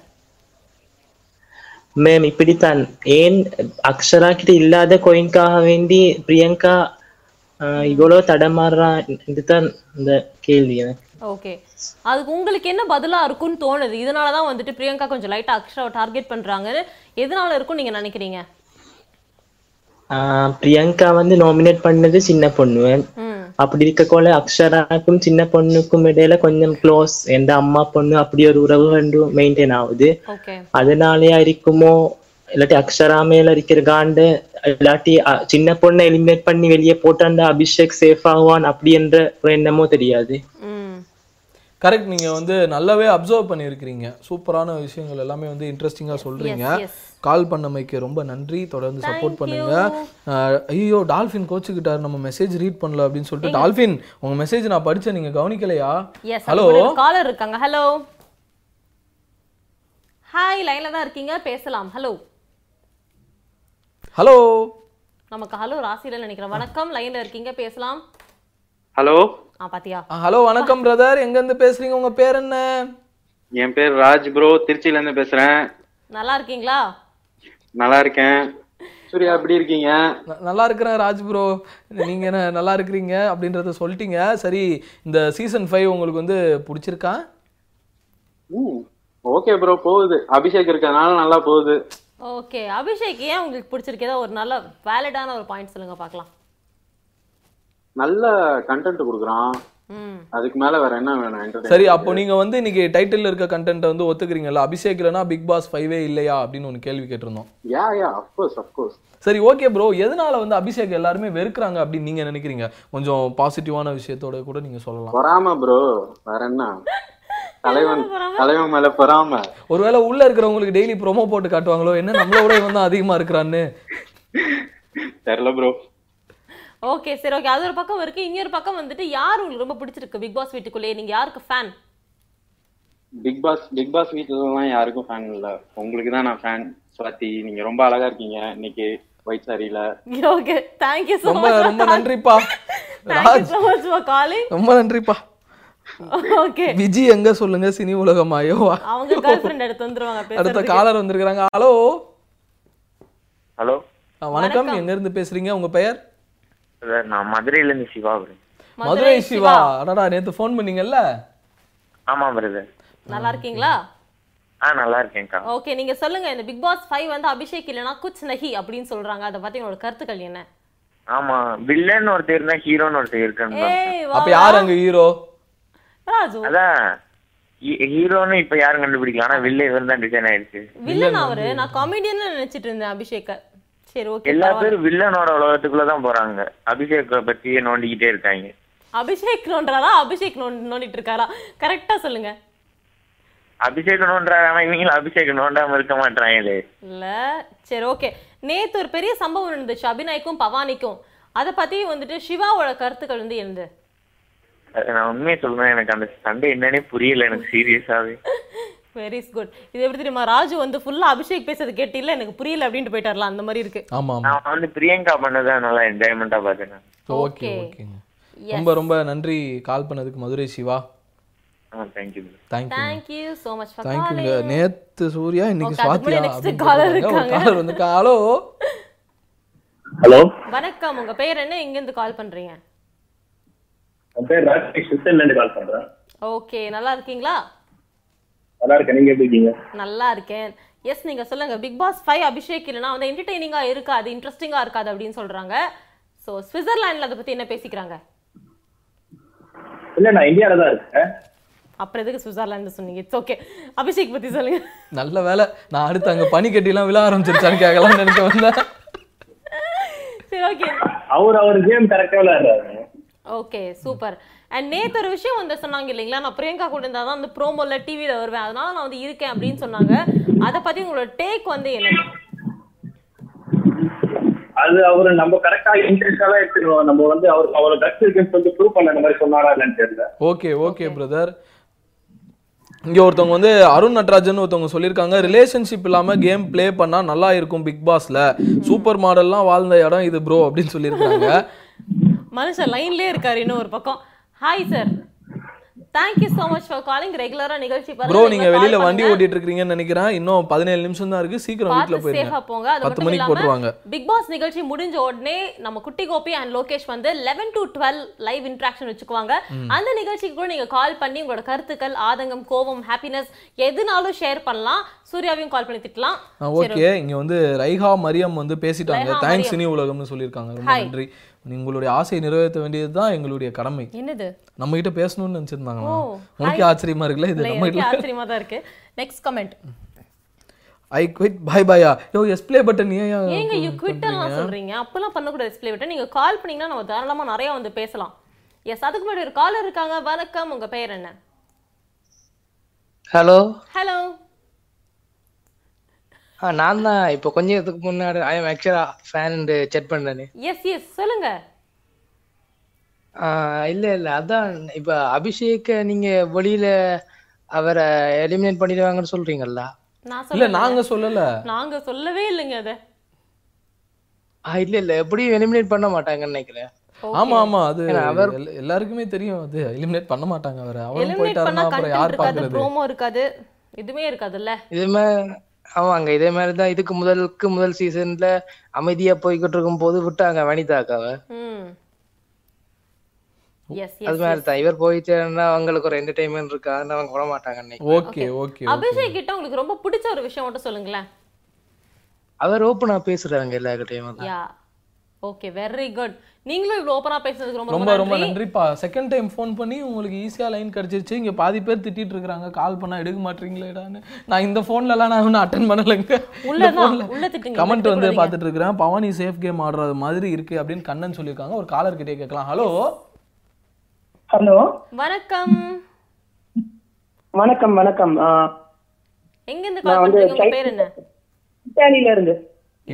J: மேம் இப்படித்தான் ஏன் அக்ஷரா கிட்ட இல்லாத கோயின்காக வேண்டி பிரியங்கா அஹ், இவ்வளவு தடமாறா இதுதான் இந்த கேள்வி எனக்கு
A: ஓகே அதுக்கு உங்களுக்கு என்ன பதிலா இருக்கும்னு தோணுது இதனால தான் வந்துட்டு பிரியங்கா கொஞ்சம் லைட்டா அக்ஷராவை டார்கெட் பண்றாங்கன்னு எதனால இருக்கும் நீங்க நினைக்கிறீங்க
J: அஹ், பிரியங்கா வந்து நாமினேட் பண்ணது சின்ன பொண்ணு
A: ம்
J: அப்படி இருக்கக்கோல அக்ஷராக்கும் சின்ன பொண்ணுக்கும் இடையில கொஞ்சம் க்ளோஸ் எந்த அம்மா பொண்ணு அப்படி ஒரு உறவு வந்து மெயின்டைன் ஆகுது
A: ஓகே
J: அதனாலயா இருக்குமோ இல்லாட்டி அக்ஷரா மேல இருக்கிற காண்டு இல்லாட்டி அ- சின்ன பொண்ணை எலிமினேட் பண்ணி வெளியே போட்டாண்டா அபிஷேக் சேஃப் ஆகுவான் அப்படி என்ற ஒரு எண்ணமோ தெரியாது
A: ம்
B: கரெக்ட் நீங்க வந்து நல்லாவே அப்சர்வ் பண்ணியிருக்கிறீங்க சூப்பரான விஷயங்கள் எல்லாமே வந்து இன்ட்ரெஸ்டிங்கா சொல்றீங்க
A: yes.
B: கால் பண்ணமைக்கு ரொம்ப நன்றி தொடர்ந்து சப்போர்ட் பண்ணுங்க அஹ், ஐயோ டால்ஃபின் கோச்சுக்கிட்டாரு நம்ம மெசேஜ் ரீட் பண்ணல அப்படின்னு சொல்லிட்டு டால்ஃபின் உங்க மெசேஜ் நான் படிச்சேன் நீங்க கவனிக்கலையா
A: எஸ்
B: ஹலோ
A: காலர் இருக்காங்க ஹலோ ஹாய் லைன்ல தான் இருக்கீங்க பேசலாம் ஹலோ
B: ஹலோ
A: நமக்கு ஹலோ ராசியில நினைக்கிறேன் வணக்கம் லைன்ல இருக்கீங்க பேசலாம்
K: ஹலோ
A: ஆ பாத்தியா
B: ஹலோ வணக்கம் பிரதர் எங்க இருந்து பேசுறீங்க உங்க பேர் என்ன
K: என் பேர் ராஜ் ப்ரோ திருச்சியில இருந்து பேசுறேன்
A: நல்லா இருக்கீங்களா
K: நல்லா இருக்கேன் சூர்யா எப்படி இருக்கீங்க
B: ந- நல்லா இருக்கிறேன் ராஜ் ப்ரோ நீங்க என்ன நல்லா இருக்கிறீங்க அப்படின்றத சொல்லிட்டீங்க சரி இந்த சீசன் ஃபைவ் உங்களுக்கு வந்து பிடிச்சிருக்கா
K: ம் ஓகே ப்ரோ போகுது அபிஷேக் இருக்கறதுனால நல்லா போகுது
A: ஓகே அபிஷேக் ஏன் உங்களுக்கு பிடிச்சிருக்கேதா ஒரு நல்ல வேலிடான ஒரு பாயிண்ட் சொல்லுங்க பார்க்கலாம்
K: நல்ல கண்டென்ட் கொடுக்குறான்
A: ம்
K: அதுக்கு மேல வேற என்ன வேணும் entertainment?
B: சரி அப்போ நீங்க வந்து இன்னைக்கு டைட்டில் இருக்க கண்டென்ட்டை வந்து ஒத்துக்கிறீங்கல்ல அபிஷேக் இல்லைனா பிக் பாஸ் ஃபைவே இல்லையா அப்படின்னு ஒன்று கேள்வி கேட்டிருந்தோம்
K: யா யா அஃப்கோர்ஸ் அஃப்கோர்ஸ்
B: சரி ஓகே ப்ரோ எதனால வந்து அபிஷேக் எல்லாருமே வெறுக்கிறாங்க அப்படின்னு நீங்க நினைக்கிறீங்க கொஞ்சம் பாசிட்டிவான விஷயத்தோட கூட நீங்க சொல்லலாம்
K: பொறாம ப்ரோ வேற என்ன தலைவன்
A: பொறாம?
K: தலைவன் மேல பொறாம
B: ஒருவேளை உள்ள இருக்கிறவங்களுக்கு டெய்லி ப்ரோமோ போட்டு காட்டுவாங்களோ என்ன நம்மளை விட இவன் தான் அதிகமா இருக்கிறான்னு
K: தெரியல ப்ரோ
A: ஓகே சரி ஓகே அது ஒரு பக்கம் இருக்கு இன்னொரு பக்கம் வந்துட்டு யார் உங்களுக்கு ரொம்ப பிடிச்சிருக்கு பிக் பாஸ் வீட்டுக்குள்ளேயே நீங்க யாருக்கு fan
K: Bigg Boss Bigg Boss வீட்டுலாம் யாருக்கும் ஃபேன் இல்ல உங்களுக்கு தான் நான் ஃபேன் ஸ்வாதி நீங்க ரொம்ப அழகா இருக்கீங்க இன்னைக்கு ஒயிட் சாரியில
A: ஓகே தேங்க் யூ சோ
B: ரொம்ப
A: மச்
B: ரொம்ப நன்றிப்பா
A: thank you
B: Raj
A: so much for calling
B: ரொம்ப நன்றிப்பா
A: ஓகே
B: விஜி எங்க சொல்லுங்க சினி உலகம் ஆயோவா
A: அவங்க கேர்ள் ஃப்ரெண்ட் எடுத்து வந்துருவாங்க
B: அடுத்த
A: பேசுறதுக்கு
B: காலர் வந்திருக்கிறாங்க ஹலோ
I: ஹலோ
B: அஹ், வணக்கம் எங்க இருந்து பேசுறீங்க உங்க பெயர்
I: சார் நான் மதுரையில இருந்து சிவா bro.
B: மதுரை சிவா அடடா நேத்து ஃபோன் பண்ணீங்கல்ல
I: ஆமா பிரதர்
A: நல்லா இருக்கீங்களா
I: ஆ நல்லா இருக்கேன்க்கா
A: ஓகே நீங்க சொல்லுங்க இந்த பிக் பாஸ் ஃபைவ் வந்து அபிஷேக் இல்லனா குச் நஹி அப்படின்னு சொல்றாங்க அதை பத்தி உங்களோட கருத்துக்கள் என்ன
I: ஆமா வில்லன் ஒருத்தர் இருந்தா ஹீரோன்னு ஒருத்தர் இருக்கணும்
A: ஏய் வா
B: அப்ப யார் அங்க ஹீரோ
A: ராஜு
I: அதான் ஹீ- ஹீரோன்னு இப்ப யாரும் கண்டுபிடிக்கல ஆனா வில்ல இவர் தான் டிசைன் ஆயிடுச்சு
A: வில்லன் அவரு நான் காமெடியன் நினைச்சிட்டு இருந்தேன் அபிஷேக்க சரி ஓகே
I: எல்லா பேரும் வில்லனோட உலகத்துக்குள்ளதான் போறாங்க அபிஷேக் பத்தியே நோண்டிக்கிட்டே இருக்காங்க
A: அபிஷேக் நோண்டுறாரா அபிஷேக் நோண்டி- நோண்டிட்டு இருக்காரா கரெக்டா சொல்லுங்க
I: அபிஷேக் நோன்றாரு ஆனா இவங்களும் அபிஷேக் நோண்டாம இருக்க மாட்டாங்களே
A: இல்ல சரி ஓகே நேத்து ஒரு பெரிய சம்பவம் நடந்துச்சு அபிநயக்கும் பவானிக்கும் அத பத்தி வந்துட்டு சிவாவோட கருத்துக்கள் வந்து என்னது
I: அது நான் உண்மையை சொல்றேன் எனக்கு அந்த சண்டை என்னன்னே புரியல எனக்கு சீரியஸாவே
A: வெரி குட் இது எப்படி தெரியுமா ராஜு வந்து ஃபுல்லா அபிஷேக் பேசுறது கேட்டில எனக்கு புரியல அப்படின்ட்டு போயிட்டார்ல அந்த மாதிரி இருக்கு
B: ஆமா ஆமா
I: நான் வந்து பிரியங்கா பண்ணதை நல்லா என்ஜாய்மெண்டா பார்த்தேன்
B: ஓகே ஓகேங்க ரொம்ப ரொம்ப நன்றி கால் பண்ணதுக்கு Madurai Siva
I: thank you
B: thank you
A: thank you so much for
B: தேங்க்யூங்க நேத்து சூர்யா இன்னைக்கு
A: Okay, அதுக்கு முன்னாடி
B: ஸ்வாதியா
A: next
B: அப்படின்னு
A: caller
B: போட்டிருக்காங்க. ஒரு
A: இருக்காங்க.
B: காலர் வந்து ஹலோ
L: ஹலோ
A: வணக்கம் உங்க பேர் என்ன எங்க இருந்து கால் பண்றீங்க
L: என் பேர் ராஜேஷ் சுவிட்சர்லேருந்து கால் பண்றேன்
A: ஓகே நல்லா இருக்கீங்களா
L: நல்லா இருக்கேன் நீங்க எப்படி இருக்கீங்க
A: நல்லா இருக்கேன் எஸ் நீங்க சொல்லுங்க பிக் பாஸ் ஃபைவ் அபிஷேக் இல்லைனா வந்து என்டர்டெய்னிங்கா இருக்காது இன்ட்ரெஸ்டிங்கா இருக்காது அப்படின்னு சொல்றாங்க சோ சுவிட்சர்லாந்துல அதை பத்தி என்ன பேசிக்கிறாங்க
L: இல்ல நான் இந்தியால தான் இருக்கேன்
A: அப்புறம் எதுக்கு சுவிட்சர்லாந்து சொன்னீங்க இட்ஸ் ஓகே அபிஷேக் பத்தி சொல்லுங்க
B: நல்ல வேலை நான் அடுத்து அங்க பனி கட்டிலாம் விழ ஆரம்பிச்சிருச்சான்னு கேட்கலாம் நினைக்க வந்தேன்
A: சரி ஓகே
L: அவர் அவர் கேம் கரெக்டா விளையாடுறாரு
A: ஓகே சூப்பர் அண்ட் நேத்து ஒரு விஷயம் வந்து சொன்னாங்க இல்லைங்களா நான் பிரியங்கா கூட இருந்தா தான் அந்த ப்ரோமோல டிவியில வருவேன் அதனால நான் வந்து இருக்கேன் அப்படின்னு சொன்னாங்க அதை பத்தி உங்களோட டேக் வந்து என்ன
L: அது அவர் நம்ம கரெக்டா இன்ட்ரெஸ்டாலாம் எடுத்துக்கணும் நம்ம வந்து அவர் அவரோட கட்சி இருக்குன்னு சொல்லிட்டு ப்ரூவ் பண்ண மாதிரி சொன்னாரா என்னன்னு தெரியல
B: ஓகே ஓகே பிரதர் இங்க ஒருத்தவங்க வந்து அருண் நட்ராஜன் ஒருத்தவங்க சொல்லியிருக்காங்க ரிலேஷன்ஷிப் இல்லாம கேம் ப்ளே பண்ணா நல்லா இருக்கும் பிக் பாஸ்ல சூப்பர் மாடல்லாம் வாழ்ந்த இடம் இது ப்ரோ அப்படின்னு சொல்லியிருக்காங்க
A: மனுஷன் லைன்லயே இருக்காரு இன்னும் ஒரு பக்கம் hi sir thank you so much for calling ரெகுலரா நிகழ்ச்சி
B: ப்ரோ நீங்க
A: call
B: வெளியில
A: பண்ணுங்க.
B: வண்டி ஓட்டிட்டு இருக்கீங்கன்னு நினைக்கிறேன் இன்னும் பதினேழு நிமிஷம் தான் இருக்கு சீக்கிரம் வீட்டுல
A: பார்த்து சேஃபா போங்க
B: போயிருங்க
A: அது
B: பத்து
A: மட்டும்
B: மணிக்கு போட்டுருவாங்க
A: இல்லாம பிக் பாஸ் நிகழ்ச்சி முடிஞ்ச உடனே நம்ம குட்டி கோபி அண்ட் லோகேஷ் வந்து eleven to twelve live interaction வச்சுக்குவாங்க
B: ம்.
A: அந்த நிகழ்ச்சிக்கு கூட நீங்க கால் பண்ணி உங்களோட கருத்துக்கள் ஆதங்கம் கோபம் ஹாப்பினஸ் எதுனாலும் ஷேர் பண்ணலாம் சூர்யாவையும் கால் பண்ணி திட்டலாம் சரி,
B: ஓகே இங்க வந்து ரைஹா மரியம் வந்து பேசிட்டாங்க
A: ரைஹா
B: தேங்க்ஸ்
A: மரியம்.
B: சினி உலகம்னு சொல்லியிருக்காங்க ரொம்ப
A: Hi.
B: நன்றி உங்களுடைய ஆசையை நிறைவேற்ற வேண்டியது தான் எங்களுடைய கடமை
A: என்னது
B: நம்ம கிட்ட பேசணும்னு நினைச்சிருந்தாங்க
A: ஓ,
B: உனக்கே
A: hi.
B: ஆச்சரியமா இருக்குல்ல இது
A: இல்ல,
B: நம்ம
A: எனக்கே
B: கிட்ட
A: ஆச்சரியமா தான் இருக்கு next comment
B: I quit bye பாயா யோ எஸ் ப்ளே பட்டன் ஏன்
A: ஏங்க யூ குவிட்டர்லாம் சொல்றீங்க அப்பெல்லாம் பண்ணக்கூடாது டிஸ்பிளே விட்டு நீங்க கால் பண்ணீங்கன்னா நம்ம தாராளமா நிறைய வந்து பேசலாம் எஸ் அதுக்கு முன்னாடி ஒரு காலர் இருக்காங்க வணக்கம் உங்க பெயர் என்ன
M: ஹலோ
A: ஹலோ
M: நான் தான் இப்போ கொஞ்சம் இதுக்கு முன்னாடி ஐ எம் ஆக்சுவலா ஃபேன் செக் பண்றேன்
A: எஸ் எஸ் சொல்லுங்க
M: இல்ல இல்ல அதான் இப்ப அபிஷேக் நீங்க வெளியில அவரை எலிமினேட் பண்ணிடுவாங்கன்னு சொல்றீங்கல்ல
A: நான்
B: இல்ல
A: சொல்றேன்
B: நாங்க சொல்லல
A: நாங்க சொல்லவே இல்லைங்க அத
M: ஆ, இல்ல இல்ல எப்படியும் எலிமினேட் பண்ண மாட்டாங்கன்னு நினைக்கிறேன்
B: ஆமா ஆமா அது
M: ஏன்னா அவர்
B: எல்- எல்லாருக்குமே தெரியும் அது எலிமினேட் பண்ண மாட்டாங்க அவரை அவரும்
A: எலிமினேட்
B: போயிட்டாருன்னா
A: பண்ணா
B: அப்புறம்
A: கண்டென்ட்
B: யார்
A: இருக்காது
B: பாக்குறது
A: ப்ரோமோ இருக்காது எதுவுமே இருக்காதுல்ல
M: இதே மாதிரி ஆமாங்க இதே மாதிரி தான் இதுக்கு முதலுக்கு முதல் சீசன்ல அமைதியா போய்கிட்டு இருக்கும் போது விட்டாங்க வனிதா அக்காவை
A: ம் எஸ்
M: அது மாதிரி
A: எஸ்
M: தான் இவர் போயிட்டேன்னா அவங்களுக்கு ஒரு என்டர்டைன்மெண்ட் இருக்கு அதனால அவங்க விட மாட்டாங்கன்னு நினைக்கிறேன்
B: ஓகே ஓகே
A: அபிஷேக் கிட்ட உங்களுக்கு ரொம்ப பிடிச்ச ஒரு விஷயம் மட்டும் சொல்லுங்களேன்
M: அவர் ஓப்பனா பேசுறாங்க எல்லார்கிட்டயும்
A: யா ஓகே வெரி குட் நீங்களும் இவ்வளவு ஓபனா பேசுறதுக்கு ரொம்ப
B: ரொம்ப ரொம்ப
A: நன்றி
B: நன்றிப்பா செகண்ட் டைம் ஃபோன் பண்ணி உங்களுக்கு ஈஸியா லைன் கிடைச்சிருச்சு இங்க பாதி பேர் திட்டிட்டு இருக்காங்க கால் பண்ணா எடுக்க மாட்டீங்களேடான்னு நான் இந்த phoneல எல்லாம் நான் ஒன்றும் அட்டன் பண்ணலைங்க
A: உள்ளதான், உள்ள திட்டுங்க,
B: கமெண்ட்
A: திட்டக்
B: வந்து
A: கூடாதீங்க.
B: பார்த்துட்டு இருக்கிறேன் பவானி சேஃப் கேம் ஆடுறது மாதிரி இருக்கு அப்படின்னு கண்ணன் சொல்லியிருக்காங்க ஒரு காலர் கிட்டே கேட்கலாம் ஹலோ
H: ஹலோ
A: வணக்கம்
H: வணக்கம் வணக்கம் ஆ,
A: எங்க இருந்து
H: நான்
A: கால்
H: வந்து
A: பண்றீங்க உங்க
H: சை-
A: பேர் என்ன
H: இத்தாலியில இருந்து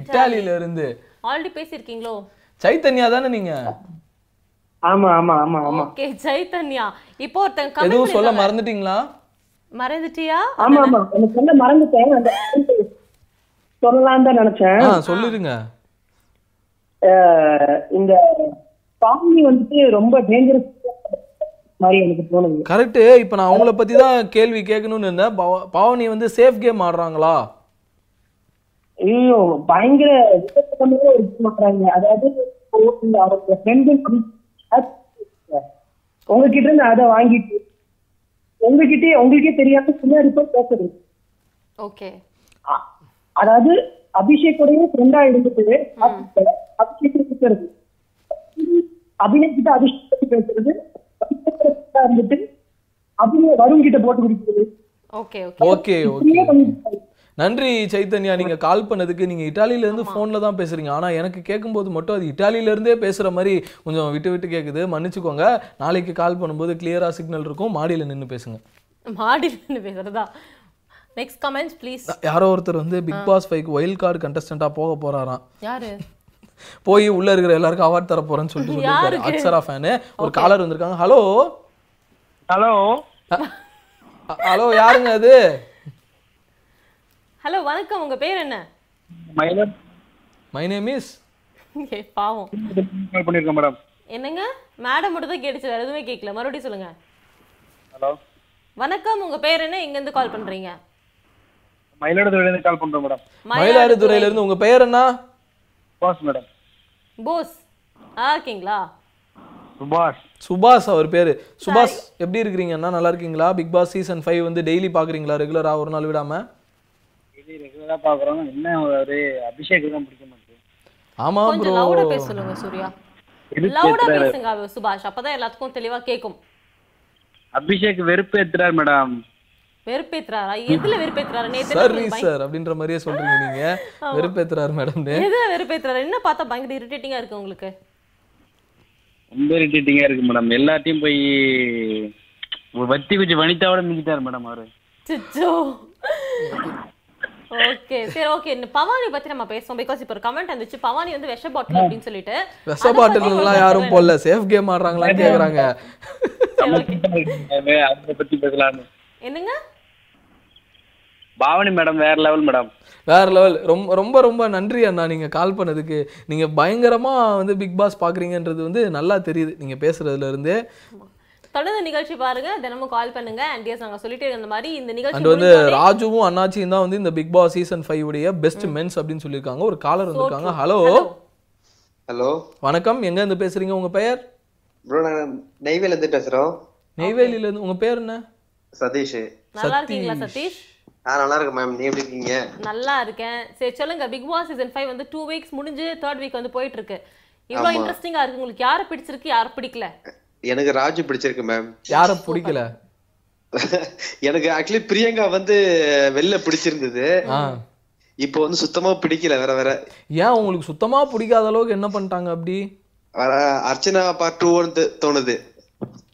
B: இத்தாலியில இருந்து
A: ஆல்ரெடி பேசியிருக்கீங்களோ
B: சைத்தன்யா தானே நீங்க
H: ஆமா ஆமா ஆமா ஆமா
A: ஓகே சைதன்யா இப்போ ஒருத்தன்
B: எதுவும்
A: கமெண்ட்
B: சொல்ல
A: சொல்ல
B: மறந்துட்டீங்களா
A: மறந்துட்டியா
H: ஆமா ஆமா எனக்கு சொல்ல மறந்துட்டேன் அந்த சொல்லலாம் தான் நினைச்சேன்
B: ஆ சொல்லிருங்க
H: அஹ், இந்த பாம்பி வந்துட்டு ரொம்ப டேஞ்சரஸ் மாதிரி எனக்கு தோணுது
B: கரெக்ட் இப்போ நான் அவங்கள பத்தி தான் கேள்வி கேட்கணும்னு இருந்தேன் பவ- பவானி வந்து சேஃப் கேம் ஆடுறாங்களா
H: ஐயோ பயங்கர விபத்துக்கமே இருக்க மாட்டாங்க அதாவது இந்த அவங்க ஃப்ரெண்டு உங்ககிட்ட இருந்து அதை வாங்கிட்டு உங்ககிட்டயே உங்களுக்கே தெரியாம பின்னாடி போய் பேசுறது
A: ஓகே
H: அதாவது அபிஷேக்கோடய ஃப்ரெண்டா இருந்துட்டு அபிஷேக் பேசுறது அபிநய் கிட்ட அபிஷேக் பத்தி பேசுறது அபிஷேக் friend ஆ இருந்துட்டு அபிநய் வருண் கிட்ட போட்டு குடிக்கிறது
A: ஓகே ஓகே
B: ஓகே ஓகே நன்றி சைத்தன்யா நீங்க கால் பண்ணதுக்கு நீங்க இட்டாலியில இருந்து போன்ல தான் பேசுறீங்க ஆனா எனக்கு கேட்கும்போது மட்டும் அது இட்டாலியில இருந்தே பேசுற மாதிரி கொஞ்சம் விட்டு விட்டு கேக்குது மன்னிச்சுக்கோங்க நாளைக்கு கால் பண்ணும்போது கிளியரா சிக்னல் இருக்கும் மாடியில நின்னு பேசுங்க
A: மாடியில் நின்னு பேசுறதா நெக்ஸ்ட் கமெண்ட்ஸ் ப்ளீஸ்
B: யாரோ ஒருத்தர் வந்து பிக் பாஸ் ஃபைவ்க்கு வைல்ட் கார்டு கண்டஸ்டண்டா போக போறாராம்
A: யாரு
B: போய் உள்ள இருக்கிற எல்லாருக்கும் அவார்ட் தர போறேன்னு சொல்லிட்டு சொல்லியிருக்காரு
A: யாருக்கு?
B: அக்ஷரா ஃபேனு ஒரு காலர் வந்திருக்காங்க ஹலோ
M: ஹலோ
B: ஹலோ யாருங்க அது
A: ஹலோ வணக்கம் உங்க பேர் என்ன
B: மை நேம் இஸ்
A: ஏய், பாவம்
F: கால் பண்ணிருக்கேன் மேடம்
A: என்னங்க மேடம் மட்டும் தான் கேட்டுச்சு வேற எதுவுமே கேட்கல மறுபடியும் சொல்லுங்க
F: ஹலோ
A: வணக்கம் உங்க பேர் என்ன எங்க இருந்து கால் பண்றீங்க
F: மயிலாடுதுறையிலேருந்து கால் பண்றோம் மேடம்
B: மயிலாடுதுறையில இருந்து உங்க பெயர் என்ன
F: பாஸ் மேடம்
A: போஸ் ஆ ஓகேங்களா
B: சுபாஷ் சுபாஷ் அவர் பேரு சுபாஷ் எப்படி இருக்கிறீங்க அண்ணா நல்லா இருக்கீங்களா பிக் பாஸ் சீசன் ஃபைவ் வந்து டெய்லி பாக்குறீங்களா ரெகுலரா ஒரு நாள் விடாம
F: இது ரெகுலரா பாக்குறோம் என்ன ஒரு அபிஷேக் தான் பிடிக்க மாட்டேங்குது
B: ஆமா
A: கொஞ்சம்
B: ப்ரோ
A: லவுடா பேச சொல்லுங்க சூர்யா
F: எதுக்கு
A: லவுடா
F: எத்தனை-
A: பேசுங்க அவ- சுபாஷ் அப்பதான் எல்லாத்துக்கும் தெளிவா கேக்கும்
F: அபிஷேக் வெறுப்பு ஏத்துறாரு மேடம்
A: வெறுப்பேத்துறாரா எதுல வெறுப்பேத்துறாரு நேத்து என்ன
B: சரி
A: பண்ணீங்க?
B: சார் அப்படின்ற மாதிரியே சொல்றீங்க நீங்க
A: ஆமா.
B: வெறுப்பேத்துறாரு மேடம்னு
A: எதுல வெறுப்பேத்துறாரு என்ன பார்த்தா பயங்கர இரிட்டேட்டிங்கா இருக்கு உங்களுக்கு
F: ரொம்ப இரிட்டேட்டிங்கா இருக்கு மேடம் எல்லாத்தையும் போய் ஒரு வத்தி குச்சி வனிதாவோட மிஞ்சிட்டாரு மேடம் அவரு
A: சிச்சோ ஓகே சரி ஓகே பவானி பத்தி நம்ம பேசுவோம் பிகாஸ் இப்போ ஒரு கமெண்ட் வந்துச்சு பவானி வந்து விஷ பாட்டில் அப்படின்னு சொல்லிட்டு
B: விஷ பாட்டில் எல்லாம் யாரும் போடல சேஃப் கேம் ஆடுறாங்களான்னு கேக்குறாங்க
F: அதை பத்தி பேசலாம்னு
A: என்னங்க
F: பாவனி மேடம் வேற லெவல் மேடம்
B: வேற லெவல் ரொம்ப ரொம்ப ரொம்ப நன்றி அண்ணா நீங்க கால் பண்ணதுக்கு நீங்க பயங்கரமா வந்து பிக் பாஸ் பாக்குறீங்கன்றது வந்து நல்லா தெரியுது நீங்க பேசுறதுல இருந்தே
A: தொடர்ந்து நிகழ்ச்சி பாருங்க தினமும் கால் பண்ணுங்க அண்ட் எஸ் நாங்க சொல்லிட்டே இருந்த மாதிரி இந்த நிகழ்ச்சி
B: அண்ட் வந்து
A: முடிஞ்சோடனே-
B: ராஜுவும் அண்ணாச்சியும் தான் வந்து இந்த பிக் பாஸ் சீசன் ஃபைவ் உடைய பெஸ்ட் மென்ஸ் அப்படின்னு சொல்லியிருக்காங்க ஒரு காலர் வந்திருக்காங்க ஹலோ
N: ஹலோ
B: வணக்கம் எங்க இருந்து பேசுறீங்க உங்க பெயர்
N: ப்ரோ நான் நெய்வேல இருந்து பேசுறோம்
B: நெய்வேலியில இருந்து உங்க பேர் என்ன
N: சதீஷ்
A: நல்லா இருக்கீங்களா சதீஷ்
N: ஆ நல்லா இருக்கேன் மேம் நீ எப்படி இருக்கீங்க
A: நல்லா இருக்கேன் சரி சொல்லுங்க பிக் பாஸ் சீசன் ஃபைவ் வந்து டூ வீக்ஸ் முடிஞ்சு தேர்ட் வீக் வந்து போயிட்டு இருக்கு இவ்வளவு
N: ஆமா.
A: இன்ட்ரெஸ்டிங்கா இருக்கு உங்களுக்கு யாரை பிடிச்சிருக்கு யாரை பிடிக்கல
N: எனக்கு ராஜு பிடிச்சிருக்கு மேம்
B: யார பிடிக்கல
N: எனக்கு ஆக்சுவலி பிரியங்கா வந்து வெளில பிடிச்சிருந்தது இப்போ வந்து சுத்தமா பிடிக்கல வேற வேற
B: ஏன் உங்களுக்கு சுத்தமா பிடிக்காத அளவுக்கு என்ன பண்ணிட்டாங்க அப்படி
N: வேற அர்ச்சனா பார்ட் டூன்னு தோணுது